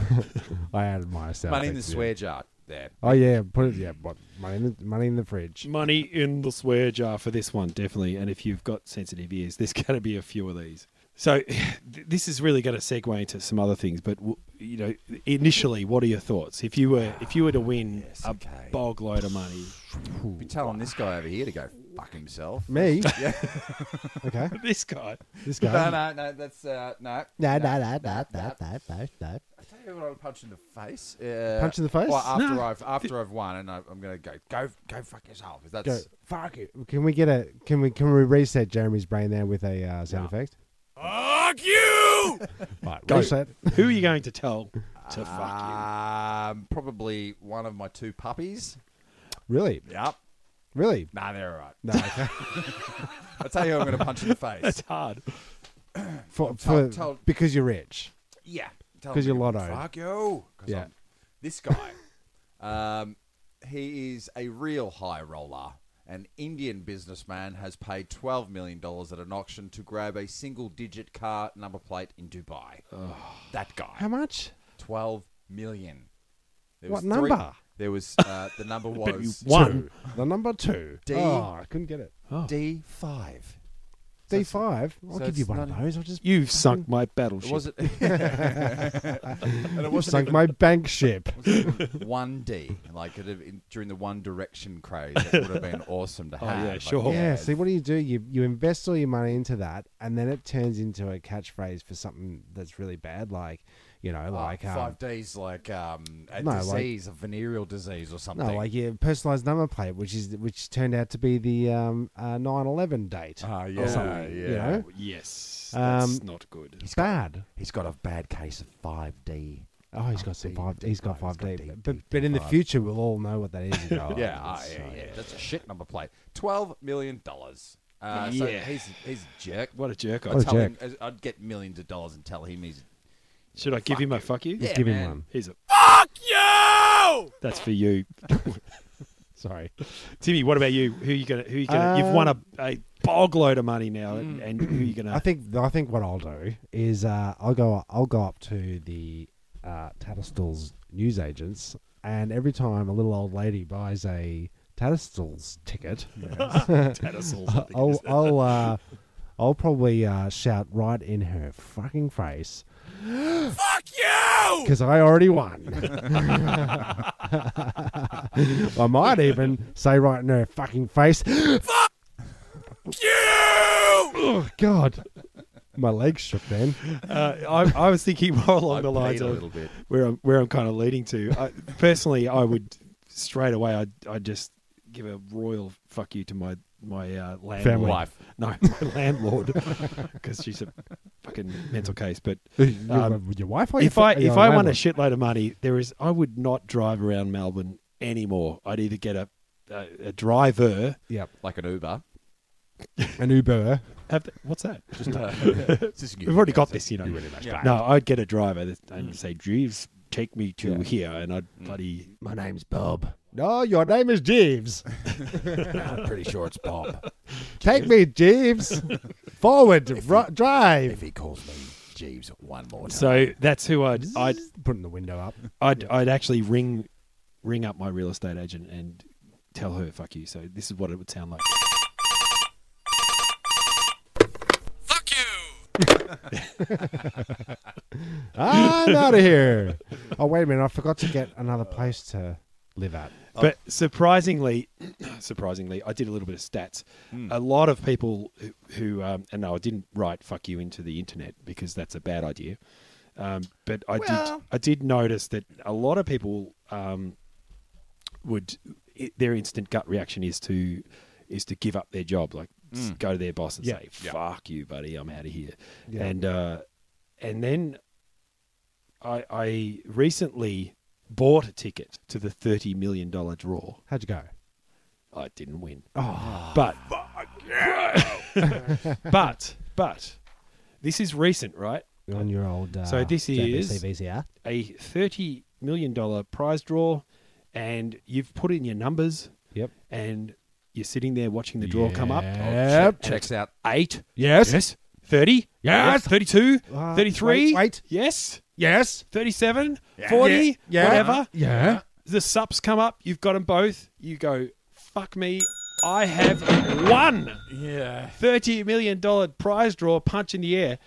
E: I added myself.
A: Money in the swear jar. There.
E: Oh yeah, put it. Yeah, what, money in the money in the fridge.
D: Money in the swear jar for this one, definitely. And if you've got sensitive ears, there's *laughs* going to be a few of these. So *laughs* th- this is really going to segue into some other things. But w- you know, initially, what are your thoughts? If you were if you were to win a
A: okay.
D: bog load of money,
A: Be telling this guy over here to go fuck himself.
E: *laughs* Me? Yeah. okay.
D: this guy,
E: This
A: No,
E: guy.
A: no, no. That's uh, no.
E: No, no, no, no, no, no, no, no.
A: I tell you what, I'll punch in the face. Uh,
E: Punch in the face?
A: Well, after I've after I've won, and I, I'm gonna go go go fuck yourself. 'cause
E: Go.
A: That's
E: Fuck it. Can we get a? Can we? Can we reset Jeremy's brain there with a uh, sound effect?
A: fuck you. *laughs*
E: Right.
D: Go.
E: Reset.
D: *laughs* who are you going to tell to fuck
A: um, probably one of my two puppies.
E: Really?
A: Yep.
E: Really?
A: Nah, they're all right.
E: No.
A: *laughs*
E: Okay.
A: I tell you, who I'm gonna
E: *laughs*
A: punch in the face.
D: you? Hard.
A: Tell-
E: For, for,
A: tell-
E: because you're rich.
A: Yeah.
E: 'Cause you're lotto.
A: Fuck you. 'Cause
E: Yeah.
A: I'm- This guy, *laughs* um, he is a real high roller. An Indian businessman has paid $12 million at an auction to grab a single digit car number plate in Dubai. That guy.
E: How much?
A: 12 million. There
E: What
A: was
E: number?
A: there was, uh, the
D: *laughs*
A: number was
D: One.
E: The number two.
A: D.
E: Oh, I couldn't get it.
A: D5.
E: D five. I'll
A: so
E: give you
A: it's
E: one of
A: not-
E: those. I'll just
D: You've sunk my battleship.
A: Was it? and it wasn't
E: *laughs* sunk my
A: *laughs*
E: bank ship.
A: *laughs* one D, like it, in, during the One Direction craze, it would have
E: *laughs*
A: been awesome to have.
D: Oh, yeah,
A: Like,
D: sure.
E: Yeah. See, what do you do? You you invest all your money into that, and then it turns into a catchphrase for something that's really bad, like you know,
A: Uh,
E: like um,
A: five D's, like um, a
E: No, like-
A: disease, a venereal disease or something.
E: no, like your personalized number plate, which is which turned out to be the um uh, 9/11 date.
A: Ah,
E: or
A: yeah,
E: something,
A: yeah.
E: You know,
D: Oh, Yes, that's not good.
E: it's bad.
A: he's got a bad case of five D.
E: Oh, he's got some five. He's got five D.
A: Ah, deep,
E: But
A: deep,
E: but in the
A: five.
E: future, we'll all know what that is.
A: *laughs*
E: you know.
A: Yeah, ah,
E: So,
A: yeah, yeah, That's a shit number plate. Twelve million dollars. Uh, so
D: Yeah.
A: he's he's a Oh, jerk.
D: What a jerk! I
E: What a
A: Tell
E: jerk.
A: him, as- I'd get millions of dollars and tell him he's.
D: Should I give him a fuck you?
A: Yeah,
E: Give him
A: man.
E: one.
D: He's a fuck you. That's for you, *laughs*
E: Sorry.
D: Timmy. What about you? Who you gonna? Who you gonna? you've won a, a bog load of money now, and, and who you gonna?
E: I
D: *laughs*
E: think I think what I'll do is uh, I'll go I'll go up to the uh, Tatterstall's newsagents, and every time a little old lady buys a Tatterstall's ticket, *laughs*
D: Tattersalls, I think it
E: I'll
D: is.
E: I'll uh, I'll probably uh, shout right in her fucking face. Fuck you! Because I
D: *laughs*
E: already won. I might even say right in her fucking face. Fuck you! *gasps* Oh God, my legs shook
D: *laughs*
E: then.
D: *laughs* Uh, I, I was thinking more along
A: I
D: the lines
A: a
D: of
A: little bit.
D: where I'm where I'm kind of leading to. I, personally, I would straight away. I I just give a royal fuck you to my my uh, landlord.
E: Family.
A: Wife.
D: No, my *laughs* landlord, because she's a fucking mental case. But um,
E: your wife? Or
D: if I if I won a
E: shit,
D: shitload of money, there is I would not drive around Melbourne anymore. I'd either get a a, a driver.
E: yep,
A: like an *laughs* Uber.
E: an Uber.
D: Have they- what's that?
A: Just a, just
D: We've already got this, you know.
A: Yeah.
D: No, I'd get a driver that, and say, Jeeves, take me to here, and I'd bloody.
E: My name's Bob. No, your name is Jeeves.
A: I'm pretty sure it's Bob.
E: Take
D: *laughs*
E: me, Jeeves. Forward, ri- drive.
A: he calls me Jeeves one more
D: So that's who I'd I'd
E: Putting the window up.
D: I'd, I'd actually ring ring up my real estate agent and tell her fuck you. So this is what it would sound like.
E: I'm
D: *laughs*
E: out of here. Oh wait a minute, I forgot to get another place to live at.
A: Oh.
D: But surprisingly, *clears throat* surprisingly, I did a little bit of stats.
A: Hmm.
D: A lot of people who, who um, and no, I didn't write "fuck you" into the internet because that's a bad idea. Um, but I
A: Well-
D: did, I did notice that a lot of people um, would i their instant gut reaction is to is to give up their job, like s- go to their boss and
E: Yeah.
D: say,
A: Hmm. Yeah.
D: "Fuck you, buddy, I'm out of here,"
E: Yeah.
D: and uh, and then I, I recently bought a ticket to the thirty million dollar draw.
E: How'd you go?
D: I didn't win.
E: Oh,
D: But *laughs* but but this is recent, right?
E: on your old. Uh,
D: So this is-
E: VCR.
D: A thirty million dollar prize draw, and you've put in your numbers,
E: Yep.
D: and you're sitting there watching the draw come up.
E: Yep.
A: Checks out.
D: Eight.
E: Yes.
D: Yes. Thirty.
E: Yes.
D: Thirty-two.
E: Uh,
D: Thirty-three.
E: wait, wait.
D: Yes.
E: Yes.
D: Thirty-seven. Forty.
E: Yeah.
D: Whatever.
E: Yeah.
D: The subs come up. You've got them both. You go. Fuck me. I have won.
A: Yeah.
D: thirty million dollar prize draw punch in the air.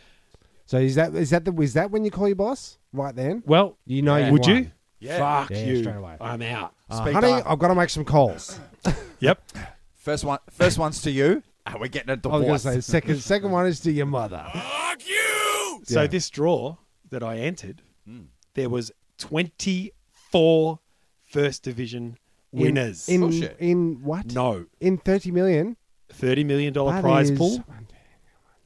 E: So is that is that the was that when you call your boss? Right then.
D: Well,
E: You know you
D: would
E: won.
D: you?
A: Yeah.
D: Fuck
E: Yeah,
D: you!
E: straight away.
D: I'm out.
E: Uh,
A: Speak
E: honey,
A: up.
E: I've got to make some calls.
D: Yep.
A: First one. First one's to you. And we're getting a
E: I was going to
A: divorce.
E: say second. Second one is to your mother.
D: So
E: Yeah.
D: this draw that I entered, there was 24 first division *gasps* winners.
E: in
A: Bullshit.
E: in what?
D: no,
E: In thirty million.
D: 30 million dollar
E: That
D: prize
E: is-
D: pool.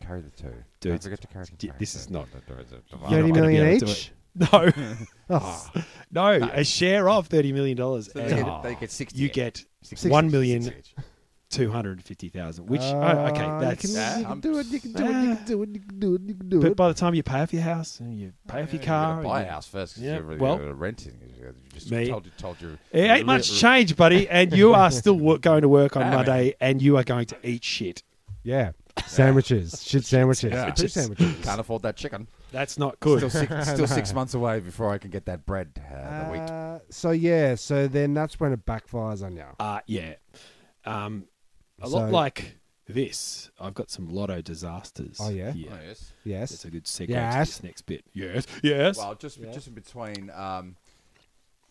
A: Carry the two.
D: Dude,
A: Don't forget to carry the
D: d-
A: two.
D: this is not-
A: There is a divide.
E: Thirty
D: not gonna be
E: million
D: able to do
E: each.
D: No,
E: *laughs* Oh,
D: no, a share of 30 million dollars.
A: They get, they get 60.
D: Ah, you get
A: Six-
D: one
A: six- Ah,
D: million
A: six each.
D: two hundred fifty thousand. Which
E: Uh,
D: oh, okay,
E: you
D: that's Ah.
E: can-
A: I'm-
E: do it. You can do it. You can do it. You can do it. You can do
D: But
E: it.
D: by the time you pay off your house and you pay off your
A: You gotta
D: car,
A: buy a
D: and-
A: house first. 'cause
D: Ah, Yeah,
A: You're really
D: well,
A: good at renting. You just
D: me-
A: told you told you.
D: It ain't much change, buddy, and you are still
A: *laughs*
D: wo- going to work on
A: Damn it.
D: Monday, and you are going to eat shit.
E: Yeah. Sandwiches. Shit sandwiches.
D: Yeah.
E: Two sandwiches.
A: Can't afford that chicken.
D: That's not
A: Still
D: good.
A: six, still six months away before I can get that bread uh, the week.
E: Uh, so yeah, so then that's when it backfires on you.
D: *laughs* Uh, yeah, um, a lot
E: So-
D: like this. I've got some lotto disasters.
E: Oh, yeah?
A: Oh, yes.
E: Yes.
D: That's a good segue to
E: Yes.
D: this next bit. Yes, yes.
A: Well, just just in between, um,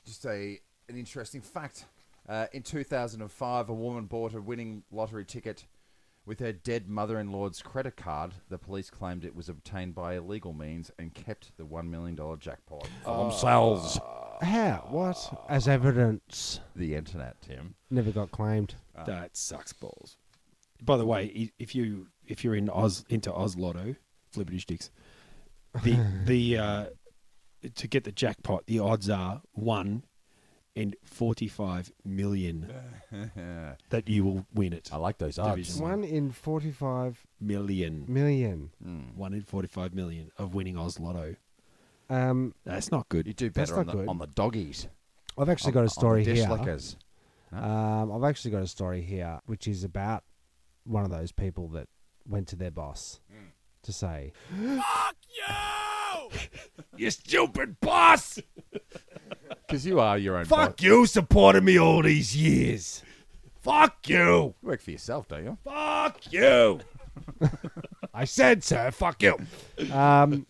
A: just a an interesting fact. Uh, in 2005, a woman bought a winning lottery ticket with her dead mother-in-law's credit card. The police claimed it was obtained by illegal means and kept the one million dollar jackpot for themselves.
E: How? What? As evidence,
A: The internet, Tim.
E: never got claimed.
A: Ah.
D: that sucks balls. By the way, i- if you if you're in Oz into Oz Lotto, flippity sticks,
A: *laughs*
D: the the uh, to get the jackpot, the odds are one in forty five
A: *laughs*
D: million that you will win it.
A: I like those
D: Division.
A: odds.
E: One in forty-five
D: Million,
E: million.
A: Hmm.
D: one in forty five million of winning Oz Lotto.
E: Um,
D: That's not
A: You
D: good.
A: do better
E: not
A: on the,
E: good.
A: on the doggies.
E: I've actually
A: on-
E: got
A: on
E: a
A: the
E: story
A: dish
E: here.
A: lickers.
E: Um, I've actually got a story here, which is about one of those people that went to their boss
A: Hmm.
E: to say,
A: You stupid boss! Because you are your own boss.
E: you supported me all these years. Fuck you.
A: You work for yourself, don't you?
E: Fuck you. I said so. Fuck you. Um,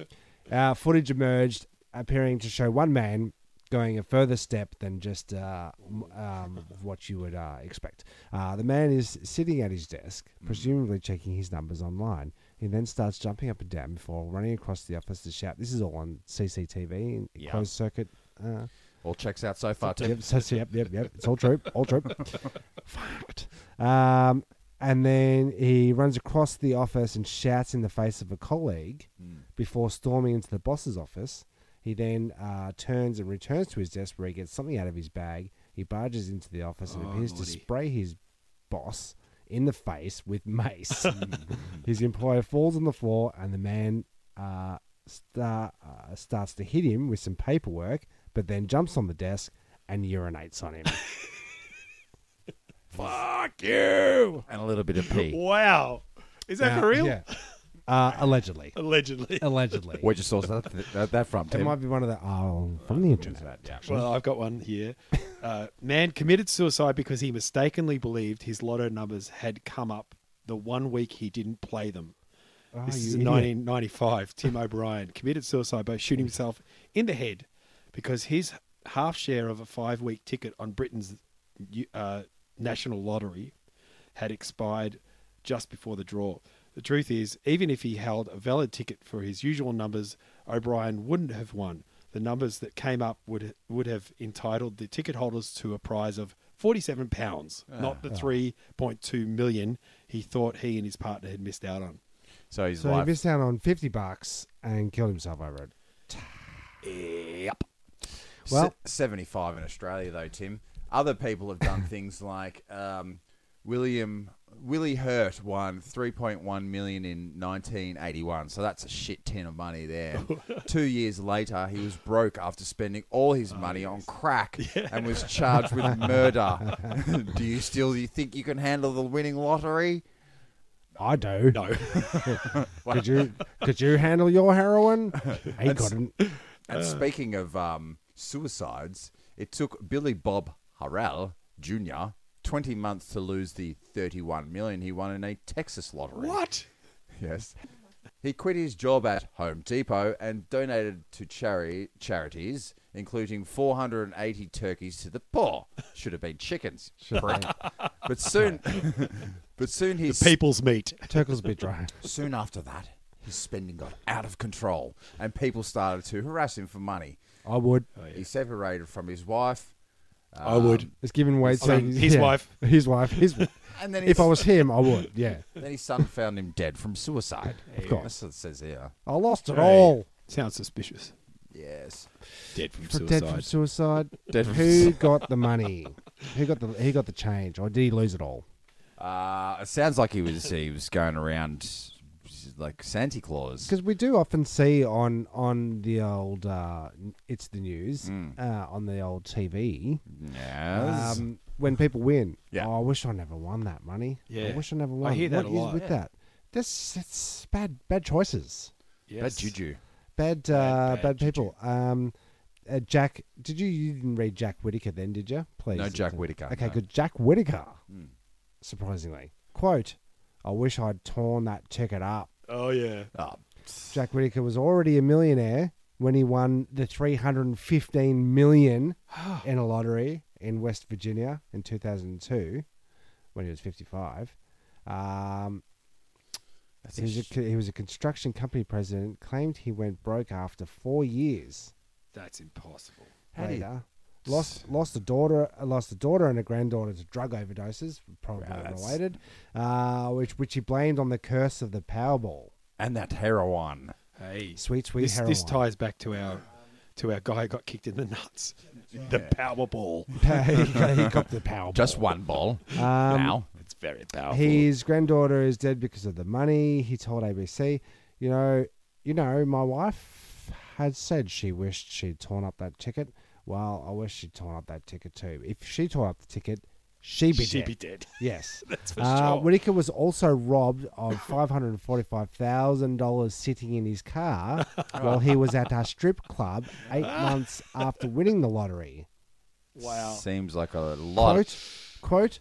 E: uh, footage emerged appearing to show one man going a further step than just uh, m- um, what you would uh, expect. Uh, the man is sitting at his desk, presumably checking his numbers online. He then starts jumping up and down before running across the office to shout, This is all on CCTV, in
A: Yeah.
E: closed circuit. Uh,
A: All checks out so far, Tim.
E: Yep, so, so, yep, yep, yep. It's all true. All true. fucked. Um, and then he runs across the office and shouts in the face of a colleague before storming into the boss's office. He then uh, turns and returns to his desk where he gets something out of his bag. He barges into the office and appears to spray his boss in the face with mace. *laughs* his employer falls on the floor and the man uh, star, uh, starts to hit him with some paperwork, but then jumps on the desk and urinates on him.
D: Fuck you!
A: and a little bit of *laughs* pee.
D: Wow. Is that
E: Uh,
D: for real?
E: Yeah. Uh, allegedly.
D: *laughs* Allegedly.
E: Allegedly.
A: Where'd you source that, that, that from,
E: It
A: Tim?
E: might be one of the oh from the internet.
A: yeah.
D: Well, I've got
A: *laughs*
D: one here. Uh, man committed suicide because he mistakenly believed his lotto numbers had come up the one week he didn't play them.
E: Oh,
D: this
E: you
D: is in
E: idiot.
D: 1995. Tim O'Brien committed suicide by shooting himself in the head because his half share of a five week ticket on Britain's uh, national lottery had expired just before the draw. The truth is, even if he held a valid ticket for his usual numbers, O'Brien wouldn't have won. The numbers that came up would would have entitled the ticket holders to a prize of forty-seven pounds, not
E: Ah.
D: the three point two million he thought he and his partner had missed out on.
A: So his
E: So
A: life.
E: he missed out on fifty bucks and killed himself over it.
A: Yep.
E: Well-
A: Se- 75 in Australia, though, Tim. Other people have done things *laughs* like um, William Willie Hurt won 3.1 million in 1981. So that's a shit tin of money there. Two years later, he was broke after spending all his money on crack and was charged with murder. *laughs* do you still you think you can handle the winning lottery?
E: I do. *laughs*
A: *laughs*
D: No,
E: Could you could you handle your heroin?
A: *laughs*
E: He couldn't.
A: And speaking of um, suicides, it took Billy Bob Harrell Jr. 20 months to lose the 31 million he won in a Texas lottery.
D: what?
A: Yes. He quit his job at Home Depot and donated to chari- charities, including 480 turkeys to the poor. Should have been chickens. *laughs* prick. But soon, *laughs* but soon his
D: People's meat.
E: Turkle's a bit dry.
A: Soon after that, his spending got out of control, and people started to harass him for money.
E: I would.
A: He separated from his wife,
D: I would.
E: It's giving way
D: I
E: to
D: mean, Oh, his wife.
E: His
A: *laughs*
E: wife. His.
A: and then his,
E: if I was him, I would.
A: *laughs*
E: Yeah.
A: then his son found him dead from suicide.
E: Of course.
A: That's what it says here.
E: I lost it all.
D: Um, Sounds suspicious.
A: Yes.
D: Dead from
E: For
D: suicide.
E: dead from suicide.
A: Dead from
E: Who got the money? Who got the Who got the change? Or did he lose it all?
A: Uh, it sounds like he was he was going around like Santa Claus.
E: because we do often see on on the old uh, it's the news uh, on the old TV
A: Hmm. Yes.
E: um, when people win.
A: Yeah.
E: Oh, I wish I never won that money. I
D: Yeah.
E: wish I never
D: I
E: won.
D: hear that
E: What
D: a
E: is
D: lot.
E: with
D: Yeah.
E: that? That's that's bad bad choices.
A: Bad juju.
E: Bad uh, bad, people. Um, uh, Jack, did you you didn't read Jack Whitaker then? Did you? Please.
A: No Jack Whittaker,
E: Okay,
A: no. Hmm.
E: good. Jack Whitaker. Surprisingly, quote: "I wish I'd torn that ticket up."
D: Oh yeah.
A: Oh,
E: Jack Whitaker was already a millionaire when he won the
A: *gasps*
E: 315 million in a lottery in West Virginia in 2002 when he was 55. Um,
A: that's
E: he, was a,
A: a,
E: he was a construction company president, claimed he went broke after four years
D: That's impossible.
A: How do you-
E: later. Lost, lost a daughter, lost a daughter and a granddaughter to drug overdoses, probably
A: Wow, that's-
E: related, uh, which which he blamed on the curse of the Powerball.
A: and that heroin.
D: Hey.
E: Sweet, sweet
D: this,
E: heroin.
D: this ties back to our to our guy who got kicked in the nuts. The Powerball.
E: *laughs* he, got,
D: *laughs*
E: he copped the Powerball.
A: Just one ball.
E: Um,
A: now
D: It's very powerful.
E: His granddaughter is dead because of the money. He told ABC, you know, you know, my wife had said she wished she'd torn up that ticket. Well, I wish she'd torn up that ticket too. If she tore up the ticket, she'd be
D: She'd
E: dead.
D: be dead.
E: *laughs* Yes.
D: *laughs* That's for
E: uh,
D: sure.
E: Whitaker was also robbed of $545,000 sitting in
D: *laughs*
E: his car while he was at a strip club eight months after winning the lottery.
D: Wow.
A: seems like a lot.
E: Quote, quote,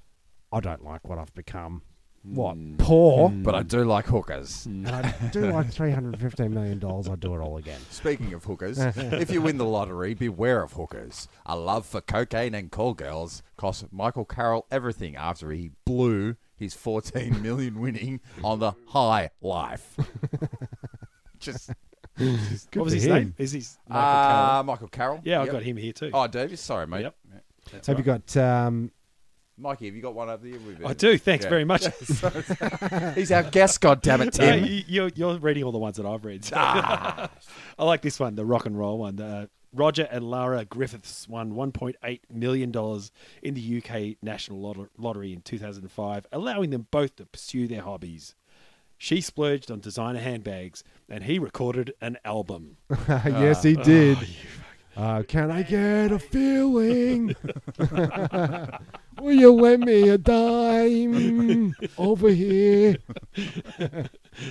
E: I don't like what I've become. What?
D: Hmm.
E: Poor.
A: But I do like hookers.
E: And I do like three hundred fifteen million dollars. I'd do it all again.
A: Speaking of
D: *laughs*
A: hookers, if you win the lottery, beware of hookers. A love for cocaine and call girls cost Michael Carroll everything after he blew his 14 *laughs* million winning on the high
D: *laughs*
A: life. Just
D: what was his name? Is his Michael
A: Ah,
D: Carroll?
A: Michael Carroll.
D: Uh, Yeah, I
A: Yep.
D: got him here too.
A: Oh, Davis, sorry, mate.
D: Yep. That's
E: Have
D: right.
E: you got um,
A: Mikey, have you got one over there? We've-
D: I do. Thanks
A: Yeah.
D: very much.
A: He's our guest,
D: *laughs*
A: goddammit,
D: No,
A: Tim.
D: you, you're, you're reading all the ones that I've read. so- Ah. *laughs* I like this one, the rock and roll one. Uh, Roger and Lara Griffiths won $1.8 million in the UK National Lotter- Lottery in 2005, allowing them both to pursue their hobbies. She splurged on designer handbags, and he recorded an *laughs* album.
E: uh, yes, he
D: Oh,
E: did. Uh, can I get a feeling? Will you lend me
D: *laughs*
E: a dime over here,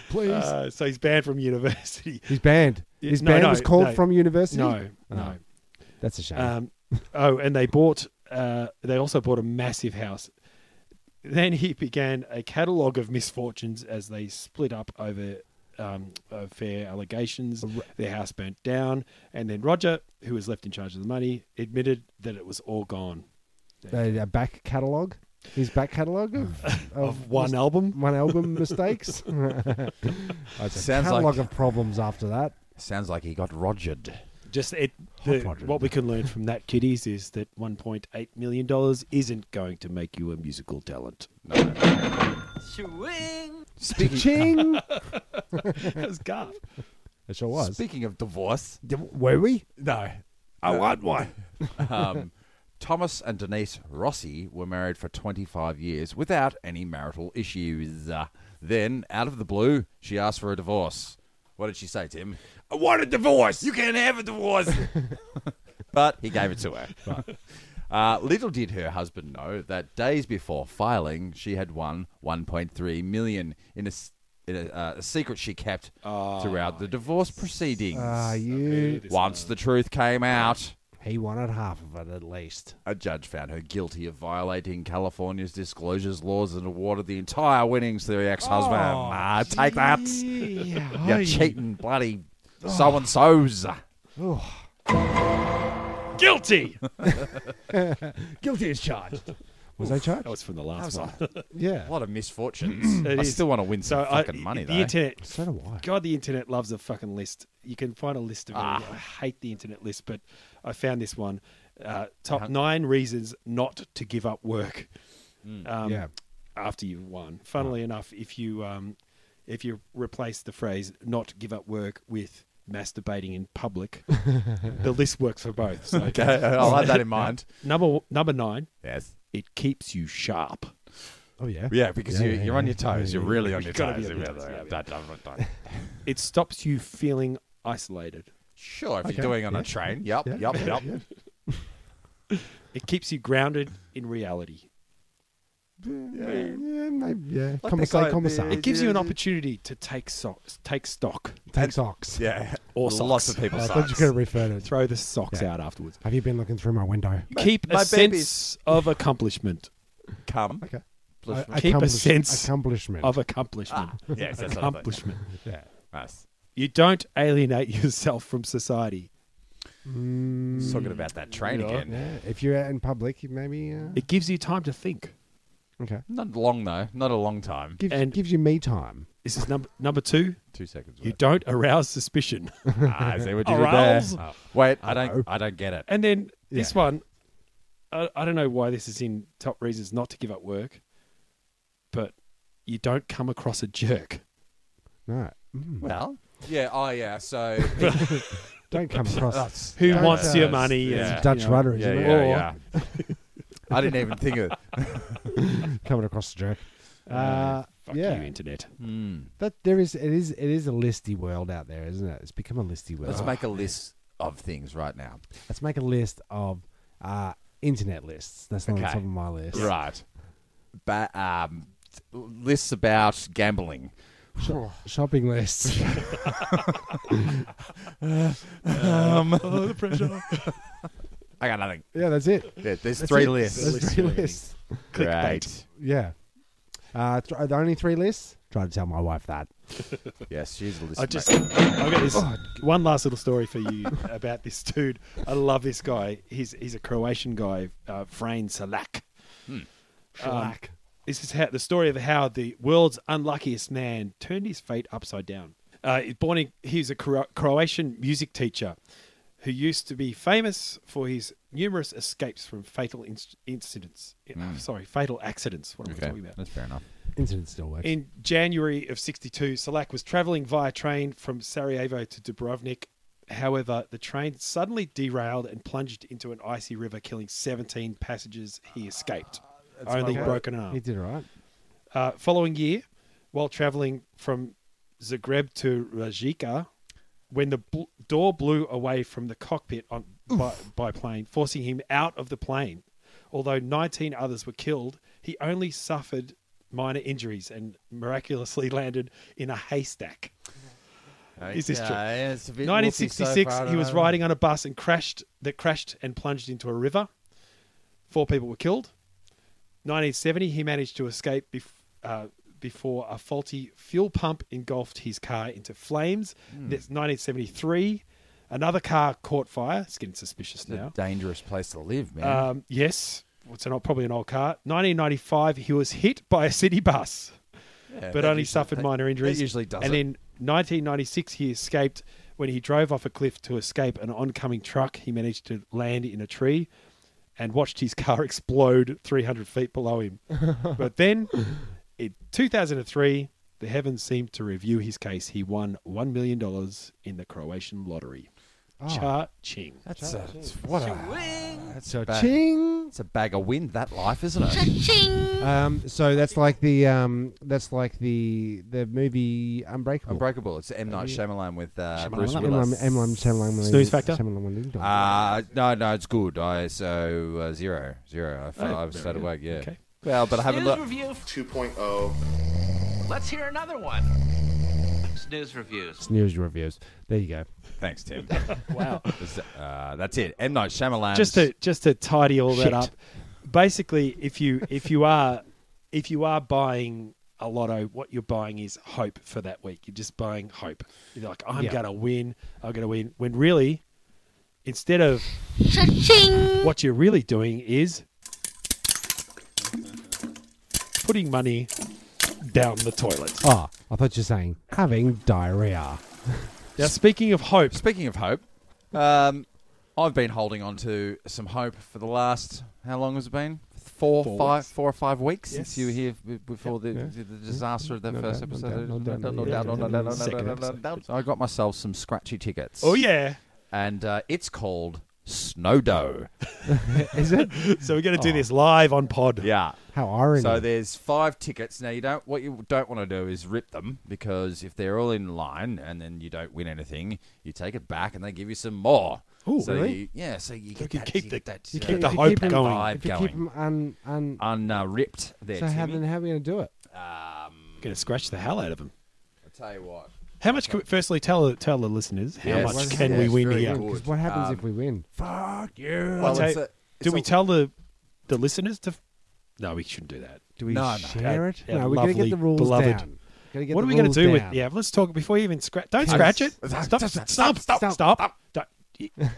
E: please?
D: Uh, so he's banned from university.
E: He's banned.
D: Yeah,
E: His
D: no,
E: band
D: no,
E: was called
D: no.
E: from university.
D: *laughs* No, no.
E: That's a shame.
D: Um, oh, and they bought. Uh, they also bought a massive house. Then he began a catalogue of misfortunes as they split up over um, affair allegations. Their house burnt down, and then Roger, who was left in charge of the money, admitted that it was all gone.
E: Uh, a, a back catalogue. His back catalogue of,
D: *laughs*
E: of,
D: Of one album,
E: one
D: *laughs*
E: album mistakes. *laughs* That's a
A: Sounds like-
E: catalogue of problems
D: *laughs*
E: after that.
A: Sounds like he got rogered.
D: just it. The,
E: Roger.
D: what we can learn from that, kiddies, is that 1.8 million dollars isn't going to make you a musical *laughs* talent. *laughs*
A: Speaking,
E: Ching.
D: That was Garth.
E: it sure was.
A: speaking of divorce,
E: Were we?
A: no, I want
D: *laughs*
A: one. um, Thomas and Denise Rossi were married for 25 years without any marital issues. Uh, then, out of the blue, she asked for a divorce. What did she say, Tim? I want a divorce. You can't have a *laughs* divorce. but he gave it to her. Uh, little did her husband know that days before filing, she had won 1.3 million in a, s- in a, uh, a secret she kept throughout the divorce proceedings.
E: Ah, you.
A: Once the truth came out,
E: He wanted half of it at least.
A: a judge found her guilty of violating California's disclosures laws and awarded the entire winnings to the ex-husband.
E: Oh,
A: Ah, take that, you cheating bloody
E: Oh.
A: so and so's.
D: Guilty.
E: Guilty as charged. Was I charged?
D: that was Oh, from the last one. *laughs*
E: Yeah.
A: What a *clears throat* misfortunes!
D: It
A: I
D: is.
A: still want to win some
D: So
A: fucking
D: I,
A: money
D: the
A: though.
D: internet.
E: So do I.
D: God, the internet loves a fucking list. You can find a list of.
A: Ah.
D: everything. I hate the internet list, but I found this one. Uh, top
A: Uh-huh.
D: nine reasons not to give up work
A: Hmm.
D: um,
E: yeah.
D: after you've won. Funnily enough, if you um, if you replace the phrase "not give up work" with masturbating in
A: *laughs*
D: public, the list works for both. So
A: okay, *laughs* *laughs* I'll have that
E: *laughs*
A: in mind.
D: number number nine,
A: Yes.
D: it keeps you sharp.
E: Oh yeah.
A: Yeah, because
E: Yeah,
A: you,
E: yeah,
A: you're on
E: yeah.
A: your toes. You're really on
D: You've
A: your
D: gotta be
A: toes.
D: on your
A: Yeah,
D: toes, yeah,
A: yeah, yeah.
D: It stops you feeling isolated.
A: Sure, if
E: Okay,
A: you're doing it on
E: yeah.
A: a train. Yup,
E: Yeah,
A: yup, yup.
D: It keeps you grounded in reality.
E: Yeah, maybe, yeah.
A: Like
E: Commerce,
A: the guy-
E: commerce.
A: the-
D: It gives you an opportunity to take socks, take stock,
E: Take socks.
A: Yeah.
D: Or
A: Lots
D: socks.
A: of people
E: I
A: suck.
E: thought you could refer to.
D: throw the socks
E: Yeah.
D: out afterwards.
E: Have you been looking through my window?
D: Keep a
A: my babies-
D: sense of accomplishment.
A: Come.
E: Okay.
A: Plus-
E: I-
D: Keep a
E: accomplish-
D: sense
E: accomplishment.
D: Of accomplishment.
A: *laughs* Yes, that's what I thought.
D: accomplishment.
E: yeah.
A: Nice.
D: You don't alienate *laughs* yourself from society.
A: Mm, Talking about that train again.
E: Yeah, If you're out in public, you maybe uh,
D: It gives you time to think.
E: okay.
A: Not long though. Not a long time.
E: Gives,
D: And-
E: gives you me time.
D: This is number number two.
A: Two seconds.
D: You don't arouse suspicion.
A: ah, I see *laughs* what you did there.
D: Arouse.
A: Wait, I don't. I don't get it.
D: And then this one, I, I don't know why this is in top reasons not to give up work, but you don't come across a jerk.
E: No. Mm.
A: Well. Yeah. Oh, *laughs* yeah. So
E: Don't come across.
A: that's
D: Who
E: Yeah,
D: wants
E: that's-
D: your money?
A: yeah.
D: and,
E: Dutch
D: you know,
E: rudder,
A: Yeah,
E: isn't it?
A: yeah, yeah. I didn't even think of.
E: Coming across the jerk. Uh,
D: Fuck
E: yeah.
D: you, internet.
A: *laughs* Hmm.
E: That there is it is it is a listy world out there, isn't it? It's become a listy world.
A: Let's make a list of things right now.
E: Let's make a list of uh, internet lists. That's not on
A: Okay.
E: top of my list.
A: Right. But um, lists about gambling.
E: Sho- shopping lists. *laughs*
A: *laughs*
D: Oh, the pressure.
A: I got nothing.
E: yeah, that's it.
A: Yeah, there's
E: That's
A: three
E: it.
A: lists.
E: There's three lists.
A: Great.
E: Yeah. Uh, th- are there only three lists? Try to tell my wife that.
A: Yes, she's a list.
D: I *laughs* just, I got this one last little story for you *laughs* about this dude. I love this guy. He's he's a Croatian guy, uh, Frane Salak. Um,
E: Black.
D: This is how, the story of how the world's unluckiest man turned his fate upside down. Uh, he's born in, he was a Cro- Croatian music teacher who used to be famous for his numerous escapes from fatal inc- incidents. Uh, Sorry, fatal accidents. What am I
A: Okay,
D: talking about?
A: that's fair enough.
E: Incident still works.
A: E-
D: In January of 62, Salak was traveling via train from Sarajevo to Dubrovnik. However, the train suddenly derailed and plunged into an icy river, killing 17 passengers. He escaped, only
E: Okay.
D: broken arm.
E: He did all right.
D: Uh, following year, while traveling from Zagreb to Rijeka, when the bl- door blew away from the cockpit on by, by plane, forcing him out of the plane. Although 19 others were killed, he only suffered minor injuries and miraculously *laughs* landed in a haystack. Is this true?
A: Yeah, it's a bit
D: 1966,
A: wookie so far,
D: he
A: I
D: was
A: don't know.
D: riding on a bus and crashed that crashed and plunged into a river. Four people were killed. 1970, he managed to escape bef- uh, before a faulty fuel pump engulfed his car into flames.
A: Hmm.
D: That's 1973, another car caught fire. It's getting suspicious
A: It's a
D: now.
A: dangerous place to live, man.
D: Um, yes, it's an, old- probably an old car. 1995, he was hit by a city bus
A: Yeah,
D: but
A: that
D: only
A: usually-
D: suffered
A: that-
D: minor injuries.
A: That usually does
D: And
A: it.
D: in 1996, he escaped when he drove off a cliff to escape an oncoming truck. He managed to land in a tree and watched his car *laughs* explode 300 feet
A: *laughs*
D: below him. but then, in 2003, the heavens seemed to review his case. He won $1 million in the Croatian lottery. Cha ching.
A: Ah. that's a, it's- what a, that's a bag,
E: Ching.
A: it's a bag of wind, that life, isn't it?
E: Um, so that's like the um, that's like the the movie Unbreakable. Oh,
A: Unbreakable. It's M. Night Shyamalan with uh, Bruce
E: M. Lim-
A: Willis.
E: M. Lim- Sam Lim-
D: Snooze factor?
E: Sam Lim- Lim- Lim-
A: Uh, no, no, it's good. I so uh, zero, zero. I f- I've stayed awake. Yeah.
D: Oh, Okay.
A: Well, but I haven't
J: Snooze
A: looked.
D: *laughs*
J: review.
I: 2.0.
J: Let's hear another one. Snooze reviews.
E: Snooze reviews. There you go.
A: Thanks, Tim. wow. Uh, that's it. M. Night Shyamalan.
D: just to just to tidy all
E: Shit.
D: that up. Basically, if you if you are if you are buying a lotto, what you're buying is hope for that week. You're just buying hope. You're like, I'm
E: Yeah.
D: gonna win. I'm gonna win. When really, instead of what you're really doing is putting money down the toilet.
E: Oh, I thought you were saying having diarrhea.
D: Now, speaking of hope,
A: Speaking of hope, um, I've been holding on to some hope for the last. How long has it been? Four,
D: Four
A: five,
D: weeks.
A: four or five weeks since
D: Yes.
A: you were here b- before the, the, the disaster of that
E: No
A: first
E: doubt, no
A: episode.
E: doubt, no doubt, no
D: doubt, no doubt, no
A: Second
D: doubt, no
A: episode.
D: doubt.
A: So I got myself some scratchy tickets.
D: oh yeah,
A: and uh, it's called
E: *laughs*
A: Snowdo. *laughs*
E: Is it?
D: so we're gonna
E: Oh.
D: do this live on pod.
A: Yeah.
E: How irony.
A: So there's five tickets. Now you don't what you don't want to do is rip them because if they're all in line and then you don't win anything, you take it back and they give you some more.
D: Ooh,
A: so
D: really?
A: you, yeah, so you
D: you
A: get
D: can
A: that,
D: keep
A: you
D: the-
A: get that
D: you
A: uh,
D: keep the
E: if you
D: hope
E: keep 'em-
D: going.
A: vibe
E: if you
A: going.
E: keep them un, un,
A: Un, uh, ripped there,
E: so how,
A: Timmy.
E: then how are we going to do it?
A: Um,
D: Gonna scratch the hell out of them.
A: I'll tell you what.
D: How much? Can we, firstly, tell tell the listeners how
A: Yes.
D: much
A: Yes,
D: can we win
A: very
D: here?
A: good.
E: Because what happens
A: Um,
E: if we win?
A: Fuck you.
D: Well,
A: it's
D: ta-
A: a- it's
D: Do we
A: a-
D: tell the the listeners to? f- No, we shouldn't do that.
E: Do we
A: no, no.
E: share
D: Our-
E: it?
D: our
E: No, we're going to get
D: lovely
E: the rules
D: beloved.
E: down. Gotta get
D: what
E: the
D: are we going
E: rules
D: to do with?
E: down.
D: Yeah, let's talk before you even scratch. Don't
A: Can-
D: scratch it.
A: Stop,
D: Stop!
A: stop,
D: Stop! Stop! Stop! stop. Don't- y-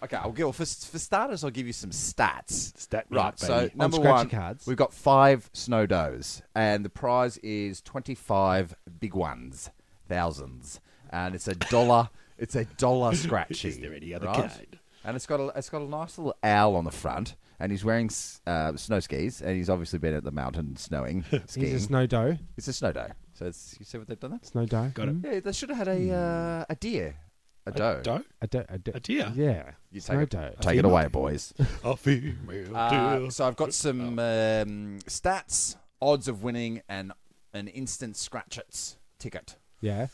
A: Okay, I'll give, well, for, for starters, I'll give you some stats.
D: Stat me
A: right,
D: up,
A: so
D: baby.
A: number
E: scratchy
A: one,
E: cards.
A: we've got five snow does, and the prize is 25 big ones, thousands. And it's a dollar, *laughs* it's a dollar scratchy.
D: Is there any other
A: right?
D: kind?
A: And it's got, a, it's got a nice little owl on the front, and he's wearing s- uh, snow skis, and he's obviously been at the mountain snowing, skiing.
E: He's a snow doe.
A: it's a snow doe. So it's, you see what they've done there?
E: Snow Hmm? doe.
D: Got it.
A: Yeah, they should have had a, uh, a deer. A doe.
D: Don't.
E: A, do- a, do-
D: A deer.
E: Yeah.
A: You take
E: snow
A: it,
E: doe.
A: take it away, boys.
D: A female
A: Uh,
D: deer.
A: so I've got some
D: Oh.
A: um, stats, odds of winning, and an instant scratchets ticket.
E: Yeah.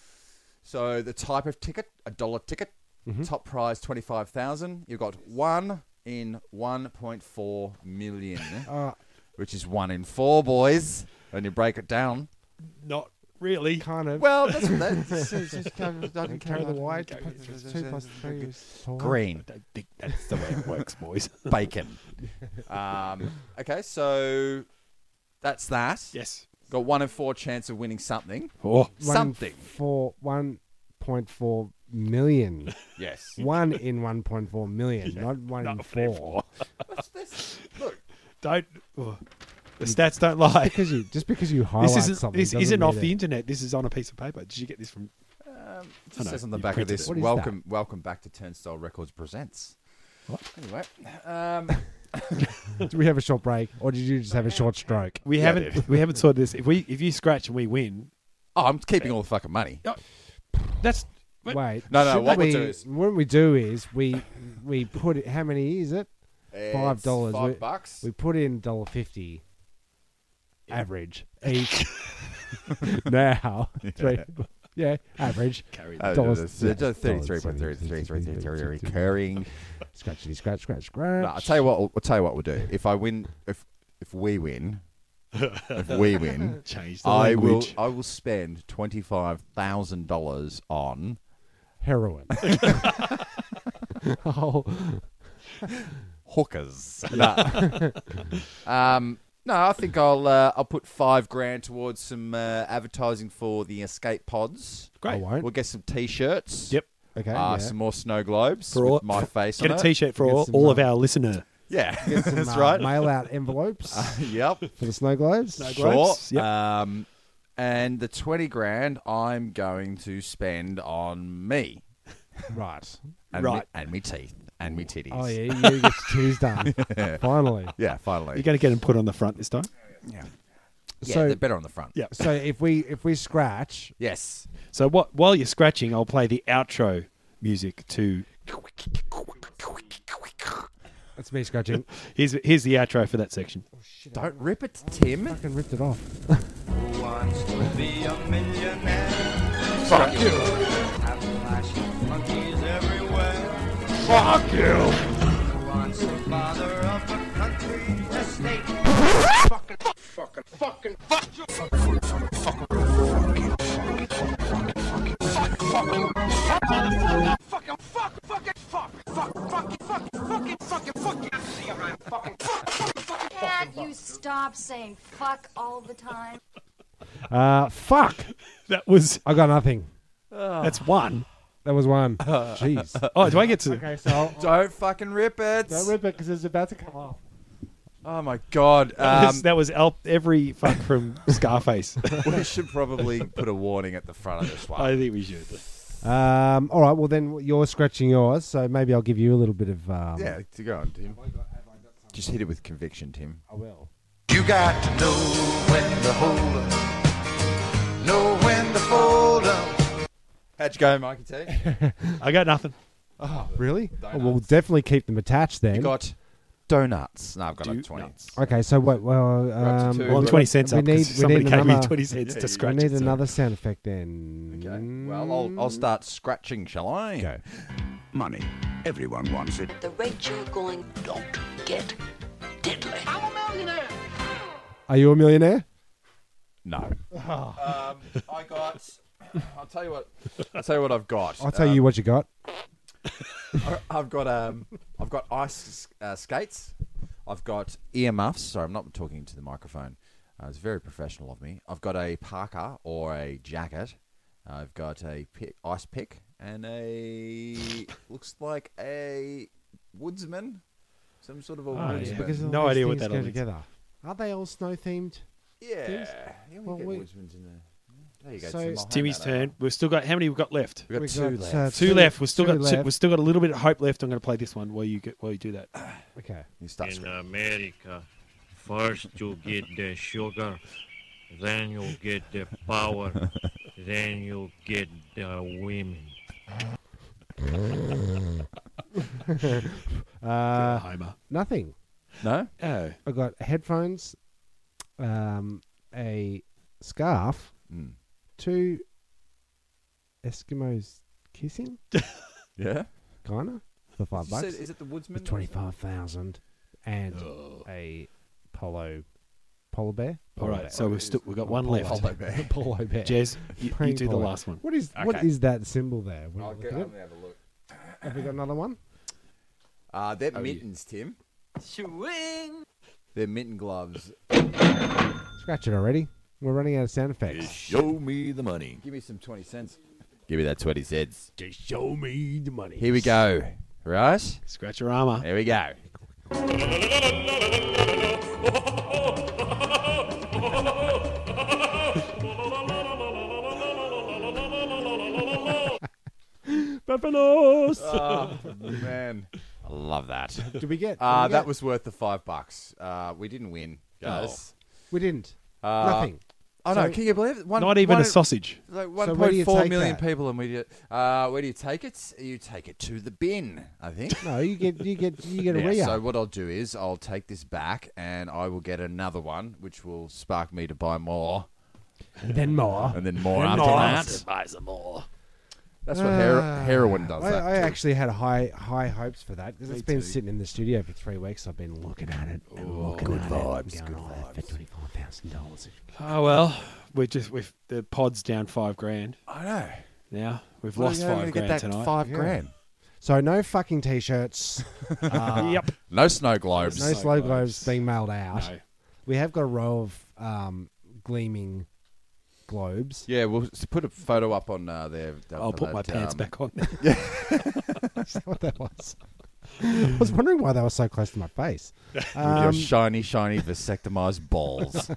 A: So the type of ticket, a dollar ticket,
D: Mm-hmm.
A: top prize twenty five thousand. You've got one in one point four
D: *laughs*
A: million,
D: Ah.
A: which is one in four, boys. When you break it down,
D: Not really.
E: Kind of.
A: well,
D: *laughs*
A: that's, that's, that's, kind of- doesn't
E: carry
A: count.
E: the white. Two plus three is four.
A: green.
D: I don't think that's the way it works, boys.
A: bacon. um, okay, so that's that.
D: yes.
A: Got one in four chance of winning something.
D: Oh,
E: One
A: Something.
E: For 1.4
A: *laughs*
E: million.
A: Yes.
E: one in 1.4 million, not one in
D: not
E: four.
A: What's this? Look,
D: Don't. oh. The stats don't lie.
E: Because you, just because you highlight
D: This isn't.
E: something
D: This
E: doesn't
D: isn't
E: mean
D: off
E: it-
D: the internet. This is on a piece of paper. Did you get this from?
A: Um, it just
D: know,
A: says on the
D: you
A: back of
D: printed
A: this,
D: it. What
E: is
A: welcome, welcome back to Turnstile Records presents. Anyway, um,
E: Do we have a short break, or did you just have a short stroke?
D: We haven't we haven't sorted this. If we if you scratch and we win,
A: oh, I'm keeping all the fucking money.
D: that's
E: Wait,
A: No, no,
E: shouldn't
A: what
E: we,
A: we'll do is-
E: what we do is we we put it, how many is it? Five
A: It's
E: dollars.
A: five
E: We-
A: bucks.
E: We put in dollar fifty average each. *laughs* now, Three- yeah, average.
D: Carry
A: Uh,
E: Dollars-
A: it's,
E: yeah,
A: uh, just
E: dollars,
A: 33.3333 recurring.
E: Scratchity scratch scratch scratch.
A: No, I'll tell you what. I'll tell you what we'll do. If I win, if if we win, if we win,
D: change the
A: I will
D: language.
A: I will spend twenty five thousand dollars on
E: heroin. oh,
A: hookers. No. *laughs* um, no, I think I'll uh, I'll put five grand towards some uh, advertising for the escape pods.
E: I
D: Great.
E: won't.
A: We'll get some t-shirts.
D: Yep.
E: Okay,
A: Uh,
E: yeah.
A: Some more snow globes
D: For all-
A: with my face
D: Get
A: on
D: a
A: it.
D: T-shirt for
E: Get
D: all,
E: some,
D: all of
E: uh,
D: our listener.
A: Yeah,
E: Some,
A: *laughs* that's
E: uh,
A: right.
E: Mail out envelopes
A: *laughs*
E: *laughs*
A: yep.
E: for the snow globes.
D: Snow
A: Sure.
D: Globes, yep.
A: Um, and the twenty grand I'm going to spend on me
E: Right.
A: and
D: Right.
A: me, and me teeth and me titties.
E: Oh yeah, you get your
A: *laughs*
E: twos done finally.
A: Yeah, finally.
D: You're going to get them put on the front this time.
A: yeah,
E: so-
A: they're better on the front.
D: Yeah.
E: So if we if we scratch,
A: Yes.
D: So what? While you're scratching, I'll play the outro music to.
E: that's me scratching.
D: Here's here's the outro for that section.
A: *laughs* Don't rip it, Tim.
E: Fucking ripped it off.
B: Fuck you. Fuck you.
G: Can't you stop saying fuck all the time?
E: Uh, fuck!
D: *laughs* That was
E: I got nothing.
D: that's one.
E: That
A: *laughs*
E: was one. Jeez.
D: Oh, do I get to?
E: Okay, so
A: Don't fucking rip it.
E: don't rip it because it's about to come off.
A: Oh my god. Um,
D: *laughs* that was Al- every fuck from
A: *laughs*
D: Scarface.
A: we should probably put a warning at the front of this
D: I
A: one.
D: think
A: *laughs*
D: we should.
E: Um, all right. Well, then you're scratching yours, so maybe I'll give you a little bit of. Um,
A: yeah, to go on, Tim. Just hit it with conviction, Tim.
E: I will.
I: You got to know when to hold 'em, know when to fold 'em.
A: How'd you go, Mikey T?
D: I got nothing.
E: Really? Oh, we'll definitely keep them attached then.
A: you got donuts. No, I've got like
D: Donuts.
A: 20.
E: okay. So wait. Well,
A: up to
E: um,
A: two.
D: Well, I'm
A: Right.
D: twenty cents
E: We
D: up
E: need-
D: 'cause
E: we
D: somebody
E: need
D: gave me
E: another-
D: twenty cents to
E: we
D: scratch.
E: need
D: it, so-
E: another sound effect then.
A: Okay. Well, I'll, I'll start scratching, shall I?
E: Go.
I: Money. Everyone wants it.
K: The rate you're going, don't get diddly.
E: Are you a millionaire?
A: No. Um, I got. I'll tell you what. I'll tell you what I've got.
E: I'll tell you what you got.
A: I- *coughs* I've got um, I've got ice uh, skates. I've got earmuffs. Sorry, I'm not talking to the microphone. Uh, it's very professional of me. I've got a parka or a jacket. I've got a pick, ice pick and a looks like a woodsman, some sort of a
D: Oh,
A: woodsman.
D: yeah.
A: Yeah,
E: Because all
D: No
E: these
D: idea what
E: things
D: that
E: go
D: all means.
E: together. Are they all snow themed?
A: Yeah, we
E: Well,
A: get
E: we-
A: woodsmans in there. There you go.
E: So-
A: Tim, I'll
E: It's
A: hand
D: Timmy's
A: that over.
D: turn. We've still got how many we've got left?
A: We've got
E: We've
A: two
E: got,
A: left.
E: uh,
D: Two left. We've still
E: two
D: got two, we've still got a little bit of hope left. I'm going to play this one while you get, while you do that.
E: Okay.
A: You start
K: In
A: screaming.
K: America, first you get the sugar, then you get the power, then you get the women.
E: Uh,
D: Homer.
E: nothing.
A: No.
D: Oh,
E: I got headphones, um, a scarf,
A: Mm.
E: two Eskimos kissing,
A: Yeah.
E: kinda for five
A: You said-
E: bucks.
A: is it the woodsman?
E: Twenty five thousand, and a polo polar bear.
D: all
E: Polar bear.
D: right. So we've still we've got one
E: Polar
D: left.
E: bear.
D: *laughs*
E: *laughs* polo bear.
D: Jez, you, you
E: Praying
D: do the
E: polo.
D: last one.
E: What is what
A: Okay.
E: is that symbol there? What
A: I'll
E: is
A: get,
E: it?
A: I'll have a look.
E: Have we got another one?
A: Uh, they're mittens, Tim. They're mitten gloves.
E: Scratch it already. We're running out of sound effects.
B: Show me the money.
A: Give me some 20 cents. Give me that 20 cents.
E: Just show me the money.
A: Here we go. Right?
D: Scratch your armor.
A: Here we go.
D: Peppernos.
A: Oh, man. I love that.
E: Did we get-
A: Uh,
E: did we
A: that
E: get-
A: was worth the five bucks. Uh, we didn't win, guys.
E: We didn't.
A: Uh,
E: Nothing.
A: Oh no!
E: So-
A: Can you believe it? One-
D: Not even a
A: one-
D: sausage.
A: Like
E: where do
A: one point
E: you
A: four
E: take
A: million
E: that?
A: people, and we did. Uh, where do you take it? You take it to the bin, I think.
E: No, you get you get you get a
A: Yeah,
E: re
A: So what I'll do is I'll take this back and I will get another one, which will spark me to buy more
E: then more.
A: and *laughs* then more
D: And
A: after
D: more.
A: that.
K: Buy some more.
A: That's what hero- heroin does.
E: Ah. I,
A: that
E: I
A: too.
E: actually had high high hopes for that because it's
A: Me
E: been
A: too.
E: sitting in the studio for three weeks. I've been looking at it and looking
A: good
E: at
A: vibes,
E: it. and Going, oh, for twenty five thousand dollars.
D: Oh well, we're just we've the pod's down five grand
A: I know.
D: now. We've
A: Well,
D: lost
A: you're only
D: five
A: gonna get
D: grand
A: that
D: tonight.
A: Five
E: Yeah.
A: grand.
E: So no
A: *laughs*
E: fucking t-shirts. uh,
D: Yep.
A: No snow globes.
E: No
D: Snow
E: slow
D: globes.
E: globes being mailed out.
D: No.
E: We have got a row of um, gleaming globes.
A: Yeah, we'll s- put a photo up on uh, there.
D: I'll put my
A: um,
D: pants back on.
E: *laughs*
D: *laughs*
E: Is that what that was? *laughs* I was wondering why they were so close to my face.
A: With your
E: Um,
A: shiny, shiny vasectomized
D: *laughs*
A: balls.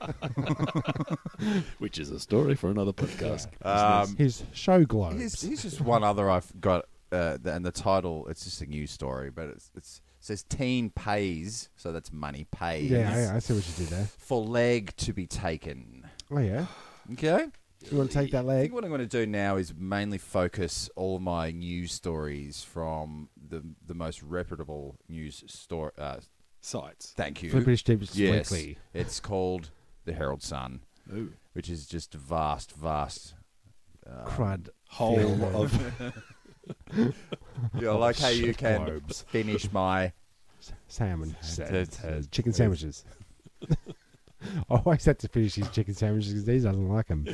K: Which is a story for another podcast.
A: um,
E: his show globes.
A: here's, here's just one other I've got, uh, the, and the title. It's just a news story, but it's, it's it says teen pays, so that's money pays
E: yeah, yeah, I see what you did there.
A: for leg to be taken.
E: Oh yeah,
A: Okay.
E: you want to take that
A: I
E: leg?
A: think what I'm going to do now is mainly focus all my news stories from the the most reputable news store. Uh,
D: Sites.
A: thank you.
E: For the British Deepest
A: yes,
E: Weekly.
A: it's called the Herald Sun, which is just a vast, vast. Um,
E: Crud.
D: Whole of
A: Yeah, I like how you can finish my.
E: *laughs* Salmon.
A: Salmon.
E: Chicken sandwiches. *laughs* Always had to finish his chicken sandwiches because these doesn't like them.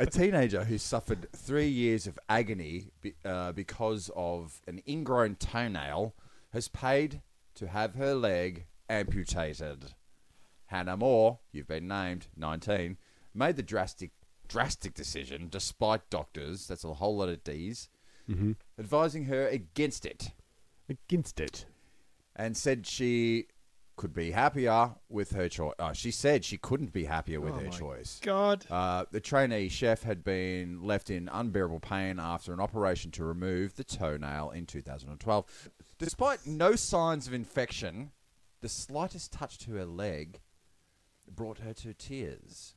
A: A teenager who suffered three years of agony be, uh, because of an ingrown toenail has paid to have her leg amputated. Hannah Moore, you've been named, 19, made the drastic drastic decision despite doctors, that's a whole lot of D's, advising her against it
E: Against it.
A: and said she could be happier with her choice. Oh, she said she couldn't be happier with her choice.
D: God.
A: Uh, the trainee chef had been left in unbearable pain after an operation to remove the toenail in 2012. Despite no signs of infection, the slightest touch to her leg brought her to tears.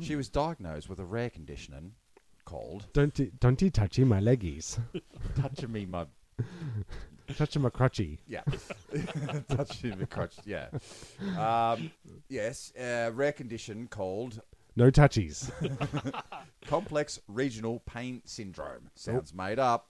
A: She was diagnosed with a rare condition called
E: Don't you- don't you touch my leggies.
A: touching me my
E: touch my crotchy.
A: Yeah. *laughs* Touching the crotch. Yeah. Um, yes. Uh, rare condition called *laughs*
E: No touchies.
A: complex regional pain syndrome. Sounds made up.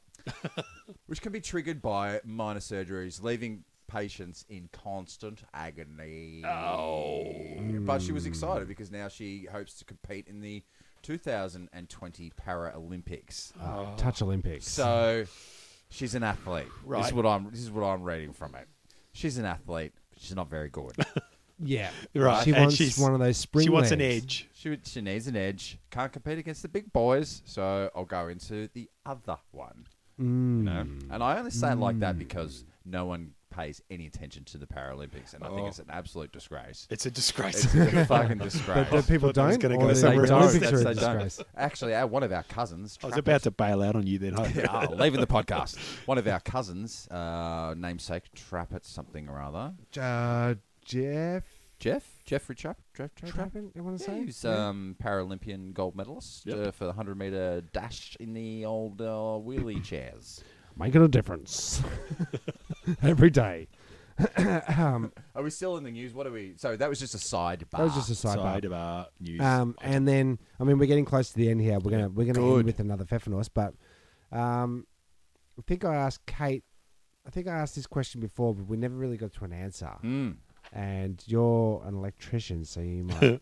A: *laughs* which can be triggered by minor surgeries, leaving patients in constant agony. Oh. But she was excited because now she hopes to compete in the 2020 Paralympics.
E: Ah, Touch Olympics.
A: So she's an athlete. Right. This is what I'm this is what I'm reading from it. She's an athlete, but she's not very good.
E: yeah,
D: Right,
E: She
D: and
E: wants
D: she's-
E: one of those spring.
D: She wants an
E: legs.
D: edge.
A: she would- she needs an edge. Can't compete against the big boys, so I'll go into the other one. You know? And I only say it like that because no one pays any attention to the Paralympics and I think it's an absolute
D: *laughs*
A: disgrace.
D: It's a disgrace.
A: It's a fucking disgrace.
E: But the people
D: thought that was
E: don't.
D: gonna go
E: or the
D: somewhere else.
E: Olympics are a
A: They don't.
E: disgrace.
A: Actually, our, one of our cousins.
D: I was about to bail out on you then.
E: *laughs*
D: I- *laughs*
A: Yeah, oh, leaving the podcast. One of our cousins, uh, namesake Trappett something or other.
E: Uh, Jeff
A: Jeff? Jeffrey Trapp? Jeff, Jeff Trappett?
E: Trappin, you want to
A: Yeah,
E: say?
A: he was um, Paralympian gold medalist uh, for the 100 meter dash in the old uh, *coughs* wheelie chairs.
E: Making a difference *laughs* every day. um,
A: Are we still in the news? What are we? So that was just a sidebar.
E: that was just a
A: *coughs*
E: sidebar.
D: Side of our uh, news.
E: Um, and then, I mean, we're getting close to the end here. We're gonna we're gonna
A: Good.
E: end with another Pfeffernos, but um, I think I asked Kate. I think I asked this question before, but we never really got to an answer.
A: Mm.
E: And you're an electrician,
A: *laughs*
E: so you might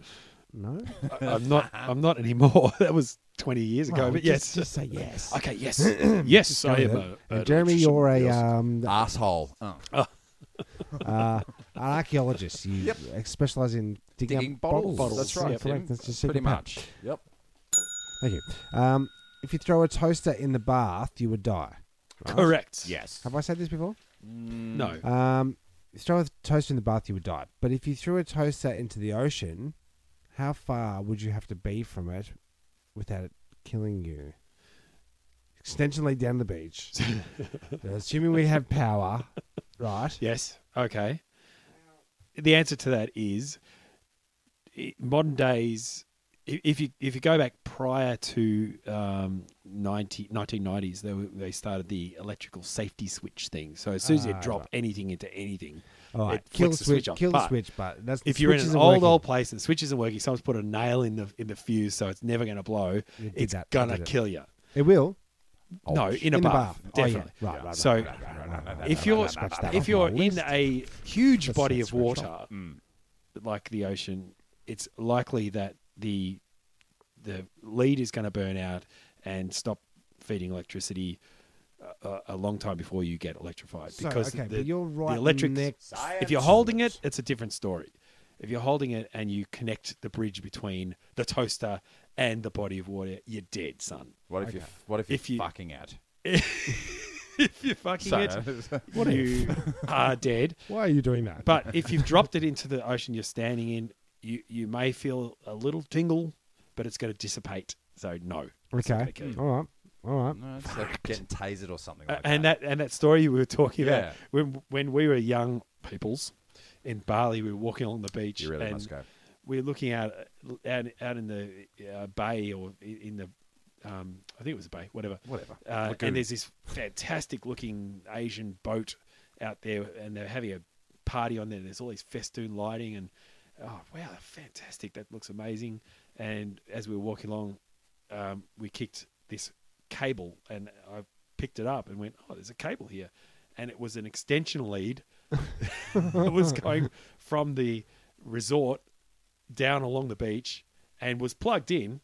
E: no.
D: I'm not. I'm not anymore. *laughs* That was 20 years ago.
E: Well,
D: but yes.
E: just- just say
A: *laughs*
E: yes.
D: okay. *coughs* Yes. yes. I
E: Go
D: am.
E: with
D: A,
E: it.
D: a
E: and Jeremy,
D: electrician.
E: you're a
D: Yes.
A: *laughs*
E: um,
A: *coughs* Asshole. Oh.
E: uh, an archaeologist. You specialize in digging,
A: Digging
E: up
A: bottles.
E: bottles.
A: That's right.
E: correct.
A: Tim.
E: That's just
A: Pretty
E: your path.
A: much. Yep.
E: Thank you. Um, if you throw a toaster in the bath, you would die. uh,
D: correct.
A: Yes.
E: Have I said this before?
D: No.
E: Um, if you throw a toaster in the bath, you would die. But if you threw a toaster into the ocean, how far would you have to be from it without it killing you? extension lead down
D: *laughs*
E: the beach. Assuming we have power, right?
D: Yes. Okay. The answer to that is i- modern days. i- If you if you go back prior to um, 90, 1990s, they, were, they started the electrical safety switch thing. So as soon as you
E: Ah,
D: drop anything into anything,
E: All right,
D: it
E: kill
D: flicks the
E: switch-
D: switch off.
E: kill
D: but
E: switch, but that's- the
D: if you're in
E: switch
D: an
E: isn't
D: old
E: working.
D: old place and the switch isn't working, someone's put a nail in the in the fuse, so it's never going to blow.
E: You did
D: It's
E: that. You
D: gonna
E: did it.
D: kill you.
E: It will.
D: No,
E: Oh,
D: in a bath,
E: Oh, yeah.
D: definitely.
E: Right, right, right,
D: so,
E: right, right, right, right, right,
D: if you're
E: right, scratch that
D: if
E: off
D: you're
E: my
D: in
E: list.
D: a huge
E: That's
D: body
E: not
D: of
E: scratched
D: water,
E: off.
D: like the ocean, it's likely that the the lead is going to burn out and stop feeding electricity a- a, a long time before you get electrified.
E: So,
D: because
E: okay,
D: the,
E: but you're
D: the
E: right
D: electric,
E: next-
D: if you're
E: Science.
D: holding it, it's a different story. If you're holding it and you connect the bridge between the toaster and the body of water, you're dead, son.
A: What if you?
D: Okay.
A: What if you're
D: If you-
A: fucking out?
D: if you're fucking
A: So-
E: *laughs*
D: it,
A: What
D: you
A: if?
D: are dead.
E: Why are you doing
A: *laughs*
E: that?
D: But if you've dropped it into the ocean you're standing in, you, you may feel a little tingle, but it's going to dissipate. So, no. It's not
E: Okay.
D: gonna kill you.
E: All right. All right.
A: No, Uh, it's like getting tasered or something
D: Uh,
A: like
D: and that and that story we were talking
A: Yeah.
D: about when when we were young peoples in Bali, we were walking along the beach.
A: You really
D: and
A: must go.
D: We're looking out out, out in the uh, bay or i- in the um, I think it was a bay, whatever,
A: Whatever.
D: Uh,
A: Lagoon.
D: and there's this fantastic looking Asian boat out there, and they're having a party on there. There's all these festoon lighting, and oh wow, fantastic! That looks amazing. And as we were walking along, um, we kicked this cable, and I picked it up and went, "Oh, there's a cable here," and it was an extension lead *laughs* that
E: *laughs*
D: was going from the resort down along the beach and was plugged in,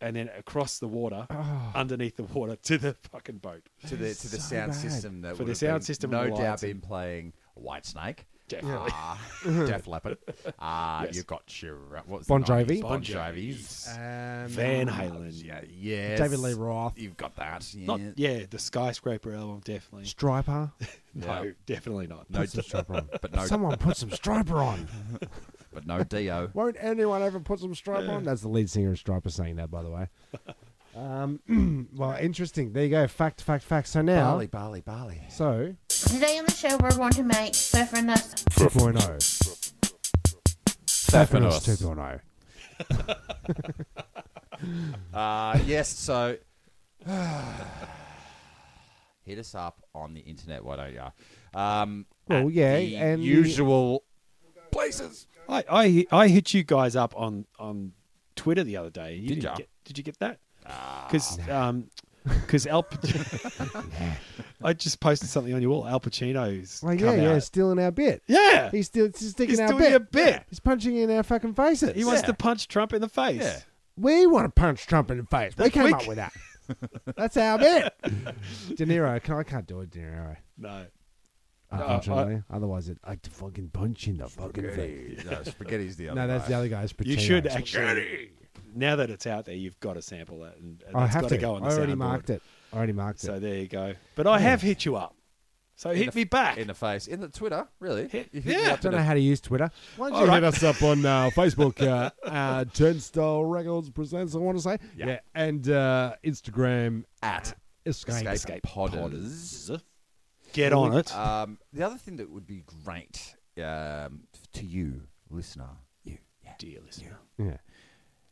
D: and then across the water,
E: Ah.
D: underneath the water to the fucking boat.
A: that. To the to the sound system that
D: For
A: would
D: the
A: have
D: sound
A: been
D: system and
A: no
D: the
A: doubt
D: lights
A: been playing White Snake.
D: Definitely.
A: Ah, Def Leppard. *laughs* Ah,
D: Yes.
A: you've got your what's
E: Bon
A: the 90s?
E: Jovi.
A: Bon
D: Bon
A: Jovi's.
E: Um,
D: Van Halen.
A: Yeah, yes.
E: David Lee Roth.
A: You've got that. Yeah.
D: Not yeah, the skyscraper album definitely.
E: Striper.
D: *laughs* No, definitely not.
A: No,
E: Put some striper on.
A: but no,
E: Someone put some
D: *laughs*
E: striper on.
A: but no Dio.
E: Won't anyone ever put some stripe on? That's the lead singer of Striper saying that, by
D: *laughs*
E: the way. Um, *clears throat* well, interesting. There you go. Fact, fact, fact. So now,
A: Bali, Bali, Bali.
E: so
L: Today on the show, we're going to make Pfeffernuss.
E: 2.0. Stephanos 2.0.
A: Uh, yes, so *sighs* hit us up on the internet, why don't you? Um,
E: Well,
A: at
E: yeah,
A: the
E: and the-
A: usual places.
D: I, I I hit you guys up on on Twitter the other day. You
A: Did
D: didn't
A: ya? Ah.
D: Get, did you get that? Because because
A: *laughs*
D: Al, Pac- *laughs* I just posted something on your wall. Al Pacino's
E: Well, yeah,
D: come
E: yeah,
D: out.
E: stealing our bit.
D: Yeah.
E: He's still he's sticking
D: He's
E: our
D: doing
E: bit.
D: a bit.
E: He's punching in our fucking faces.
D: He wants
A: Yeah.
D: to punch Trump in the face.
A: Yeah.
E: we want to punch Trump in the face. We
D: That's
E: came
D: wick-
E: up with that. *laughs* That's our bit. De Niro. Can, I can't do it, De Niro.
D: No. Uh,
E: Unfortunately. Otherwise, it, I'd fucking punch you in the fucking face.
A: no, spaghetti's the other.
E: *laughs* No, that's
A: way.
E: the other guy's.
D: You should
E: Pacino.
D: actually. Now that it's out there, you've got to sample that, and and
E: I
D: that's
E: have
D: got
E: to.
D: to go on the
E: I already
D: soundboard.
E: marked it. I already marked
D: So
E: it.
D: there you go. But I have hit you up, so
A: In
D: hit
A: the-
D: me back.
A: in the face, in the Twitter, really.
D: Hit-
A: You hit me
D: yeah.
A: up
E: Don't
A: in
E: know
A: a-
E: how to use Twitter. Why don't you
D: Alright.
E: hit us up on uh, Facebook,
D: *laughs*
E: uh, uh, Turnstile Records Presents, I want to say. Yeah. And uh, Instagram
A: at
E: Escape.
A: Escape Podders.
D: Get on it.
E: Uh,
A: Um, the other thing that would be great um, to you, listener, you, yeah,
D: Dear listener,
E: Yeah.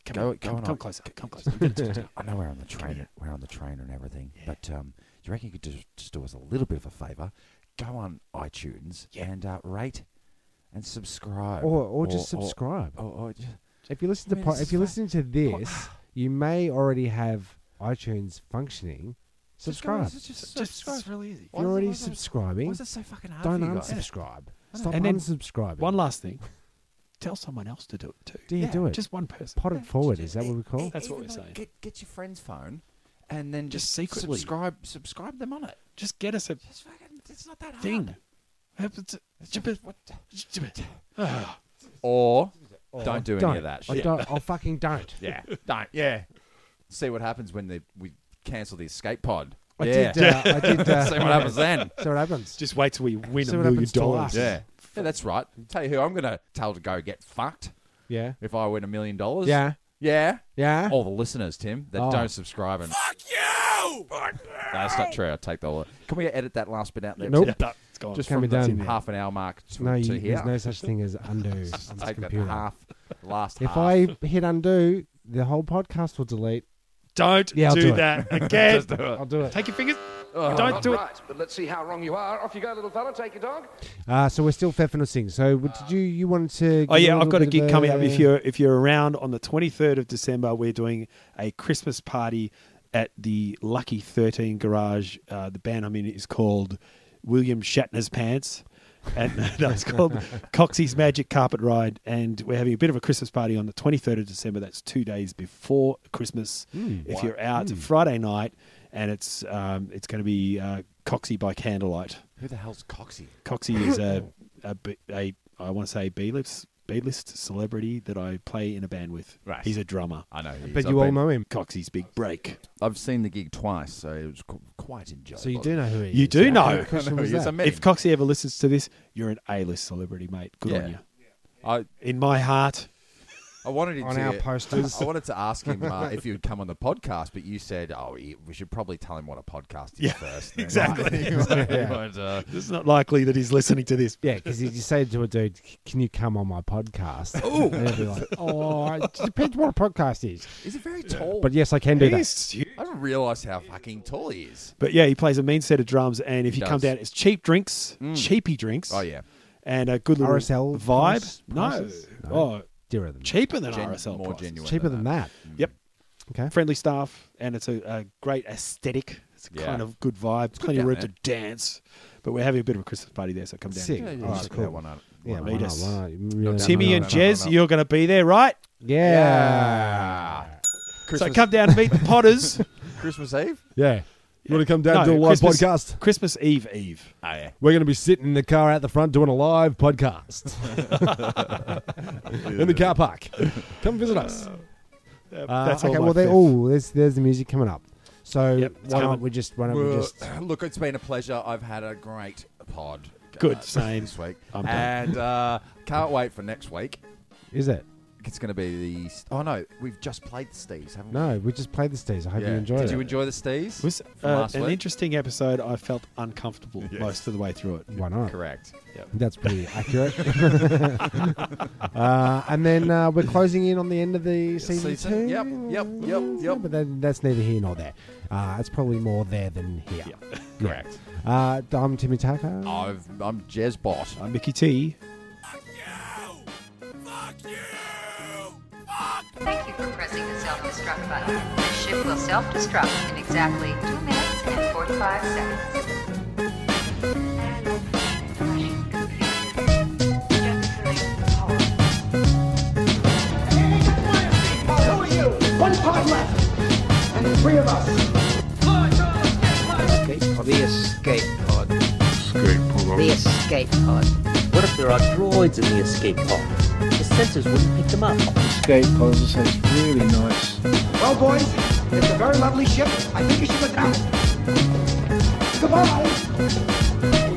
D: come
A: Go-
D: on,
A: go
D: come,
A: on,
D: come
A: I-
D: closer, come closer. I'm gonna talk to you.
A: I know we're on the train. We're on the train and everything. But um, do you reckon you could just, just do us a little bit of a favour? Go on iTunes and uh, rate and subscribe,
E: Or, or just subscribe.
A: Or, or just,
E: if you listen
A: I
E: to
A: mean,
E: po-
A: this
E: if
A: is
E: you're
A: fine.
E: listening to this, you may already have iTunes functioning.
A: just go on,
E: Subscribe.
A: Just, just
D: Just-
A: subscribe.
D: it's really easy.
A: Why is
E: you're
A: it-
E: already
A: why is it- Why
E: subscribing.
A: is it so fucking hard?
E: Don't
A: for you guys?
E: unsubscribe. Stop
D: And then
E: unsubscribing.
D: One last thing. Tell someone else to do it too.
E: Do you do it?
D: Just one person.
E: pot it forward. Is that what we call? it?
D: That's what
A: Even
D: we're
A: though
D: saying.
A: Get, get your friend's phone, and then just,
D: Just secretly.
A: subscribe. Subscribe them on it.
D: Just get us a
A: Just fucking, it's not that hard.
D: thing. Happens- Ah.
A: Or, don't do any
E: Don't.
A: of that
E: I
A: shit.
E: don't. I fucking *laughs* don't.
A: *laughs* Yeah, don't. Yeah. See what happens when they, we cancel the escape pod.
E: I
A: yeah.
E: did. Uh, I did. Uh,
A: *laughs* See what happens
E: *laughs*
A: then.
E: So what happens?
D: Just wait till we win
E: See
D: a
E: what
D: million
E: happens to
D: dollars.
E: us.
A: Yeah. Yeah, that's right. Tell you who I'm going to tell to go get fucked
E: Yeah.
A: if I win a million dollars.
E: Yeah.
A: Yeah.
E: Yeah.
A: Oh, All the listeners, Tim, that
E: Oh.
A: don't subscribe and fuck you. No! that's not true. I take the whole. Can we edit that last bit out there?
E: Nope.
A: too?
E: Yeah, it's gone.
A: Just
E: Can
A: from
E: be
A: the
E: done.
A: half an hour mark to,
E: No,
A: to
E: you,
A: here.
E: there's no such thing as
A: *laughs*
E: undo on this
A: take that
E: computer.
A: half, last
E: if
A: half.
E: I hit undo, the whole podcast will delete.
D: Don't
E: Yeah, I'll
D: do,
E: do it.
D: that again.
E: *laughs* Just do it. I'll do it.
D: Take your fingers.
E: Oh.
D: Don't do it.
J: Right, but let's see how wrong you are. Off you go, little fella. Take your dog.
E: Uh, so we're still Fefinusing. So what did you you wanted to?
D: Oh
E: give
D: yeah, I've got a
E: little bit
D: gig
E: of uh,
D: coming up. If you're if you're around on the 23rd of December, we're doing a Christmas party at the Lucky 13 Garage. Uh, the band I'm in is called William Shatner's Pants, and *laughs* no, it's
E: *laughs*
D: called Coxie's Magic Carpet Ride. And we're having a bit of a Christmas party on the 23rd of December. That's two days before Christmas.
E: Mm.
D: if
E: Wow.
D: you're out, it's a
E: Mm.
D: Friday night, and it's um, it's going to be uh, Coxie by candlelight.
A: Who the hell's Coxie?
D: Coxie is a, a, b- a I want to say B list B list celebrity that I play in a band with.
A: Right.
D: He's a drummer.
A: I know. he is.
E: bet
A: I've
E: you all
A: been-
E: know him.
D: Coxie's big break.
A: I've seen the gig twice, so it was qu- quite enjoyable.
E: So you do know who he is.
D: You do
E: What
D: know.
E: question
A: I know
D: *laughs*
E: was
A: he is.
E: that?
A: I met
D: If
A: him.
D: Coxie ever listens to this, you're an A list celebrity, mate. Good
A: Yeah.
D: on you.
A: I,
D: In my heart,
A: I wanted to
E: On our
A: *laughs*
E: posters.
A: I wanted to ask him uh, if he would come on the podcast, but you said, "Oh, he- we should probably tell him what a podcast is
D: Yeah,
E: *laughs*
A: first. *laughs*
D: *laughs* exactly.
E: Yeah.
A: But, uh,
D: it's not likely that he's listening to this.
E: Yeah, because you just say to a dude, "C- "Can you come on my podcast?" Oh, and he'll be like, "Oh, it depends what a podcast is."
A: is he very tall?
E: But yes, I can do that.
D: He's huge.
A: I didn't realise how fucking tall he is.
D: But yeah, he plays a mean set of drums, and if
A: He
D: you come
A: does.
D: down, it's cheap drinks, cheapy drinks.
A: Oh yeah,
D: and a good little
E: RSL
D: vibe.
E: price-
D: no,
E: prices?
D: oh,
E: Dearer than
D: cheaper than
A: Gen-
D: RSL.
A: more
D: prices.
A: genuine.
E: cheaper than that.
D: Yep.
E: Okay.
D: friendly staff, and it's a, a great aesthetic. It's a
A: Yeah.
D: kind of good vibe. It's plenty of
A: down
D: room
A: there.
D: to dance. But we're having a bit of a Christmas party there, so come down.
E: Sick.
D: and
E: Yeah,
A: Yeah,
E: Alright,
A: check
E: cool.
A: that one out.
E: Yeah,
D: meet
E: why not,
D: us.
E: why not? You really
D: do it.
E: don't
D: Timmy
E: know.
D: and
A: no, no,
D: Jez,
A: no.
D: you're going to be there, right?
E: Yeah.
D: So come down and meet the
E: *laughs*
D: Potters.
A: Christmas Eve.
E: Yeah. You want to come down
D: No,
E: and do a live
D: Christmas-
E: podcast?
D: Christmas Eve, Eve.
A: Oh yeah,
E: We're going to be sitting in the car out the front doing a
A: *laughs*
E: live podcast in the car park. Come visit us.
D: Uh,
E: Uh,
D: that's
E: okay.
D: all my
E: well, they
D: fifth.
E: all there's there's the music coming up. So
D: Yep, it's
E: why don't
D: coming.
E: we just why don't we
A: Well,
E: just
A: *clears throat* look, it's been a pleasure. I've had a great pod.
D: Good,
A: uh,
D: same.
A: This week,
D: I'm done.
A: and uh, can't wait for next week.
E: is it?
A: It's going to be the. St- oh no, we've just played the Stees, haven't we?
E: No, we just played the Steez. I hope you
A: Yeah.
E: enjoyed
A: Did
E: it.
A: you enjoy the Stees?
D: It was
A: from
D: uh,
A: last
D: an
A: week?
D: interesting episode. I felt
A: *laughs*
D: uncomfortable most of the way through it.
E: why not?
A: Correct.
E: That's pretty accurate. *laughs* uh, and then uh, we're closing in on the end of the season,
A: season.
E: two.
A: Yep, yep, yep, yep.
E: But then that's neither here nor there. Uh, it's probably more there than here.
A: *laughs* Correct.
E: Uh, I'm Timmy Tucker.
A: I've, I'm Jez Bot.
D: I'm Mickey T.
M: Thank you for pressing the self-destruct button. The ship will self-destruct in exactly 2 minutes and 45 seconds.
J: Who are you? One pod left. And the three of us.
C: Escape pod. The escape pod. The escape pod.
N: What if there are droids in the escape pod? The sensors wouldn't pick them up. Escape pod sounds really nice.
J: Well, boys, it's a very lovely ship. I think you should go down. Goodbye.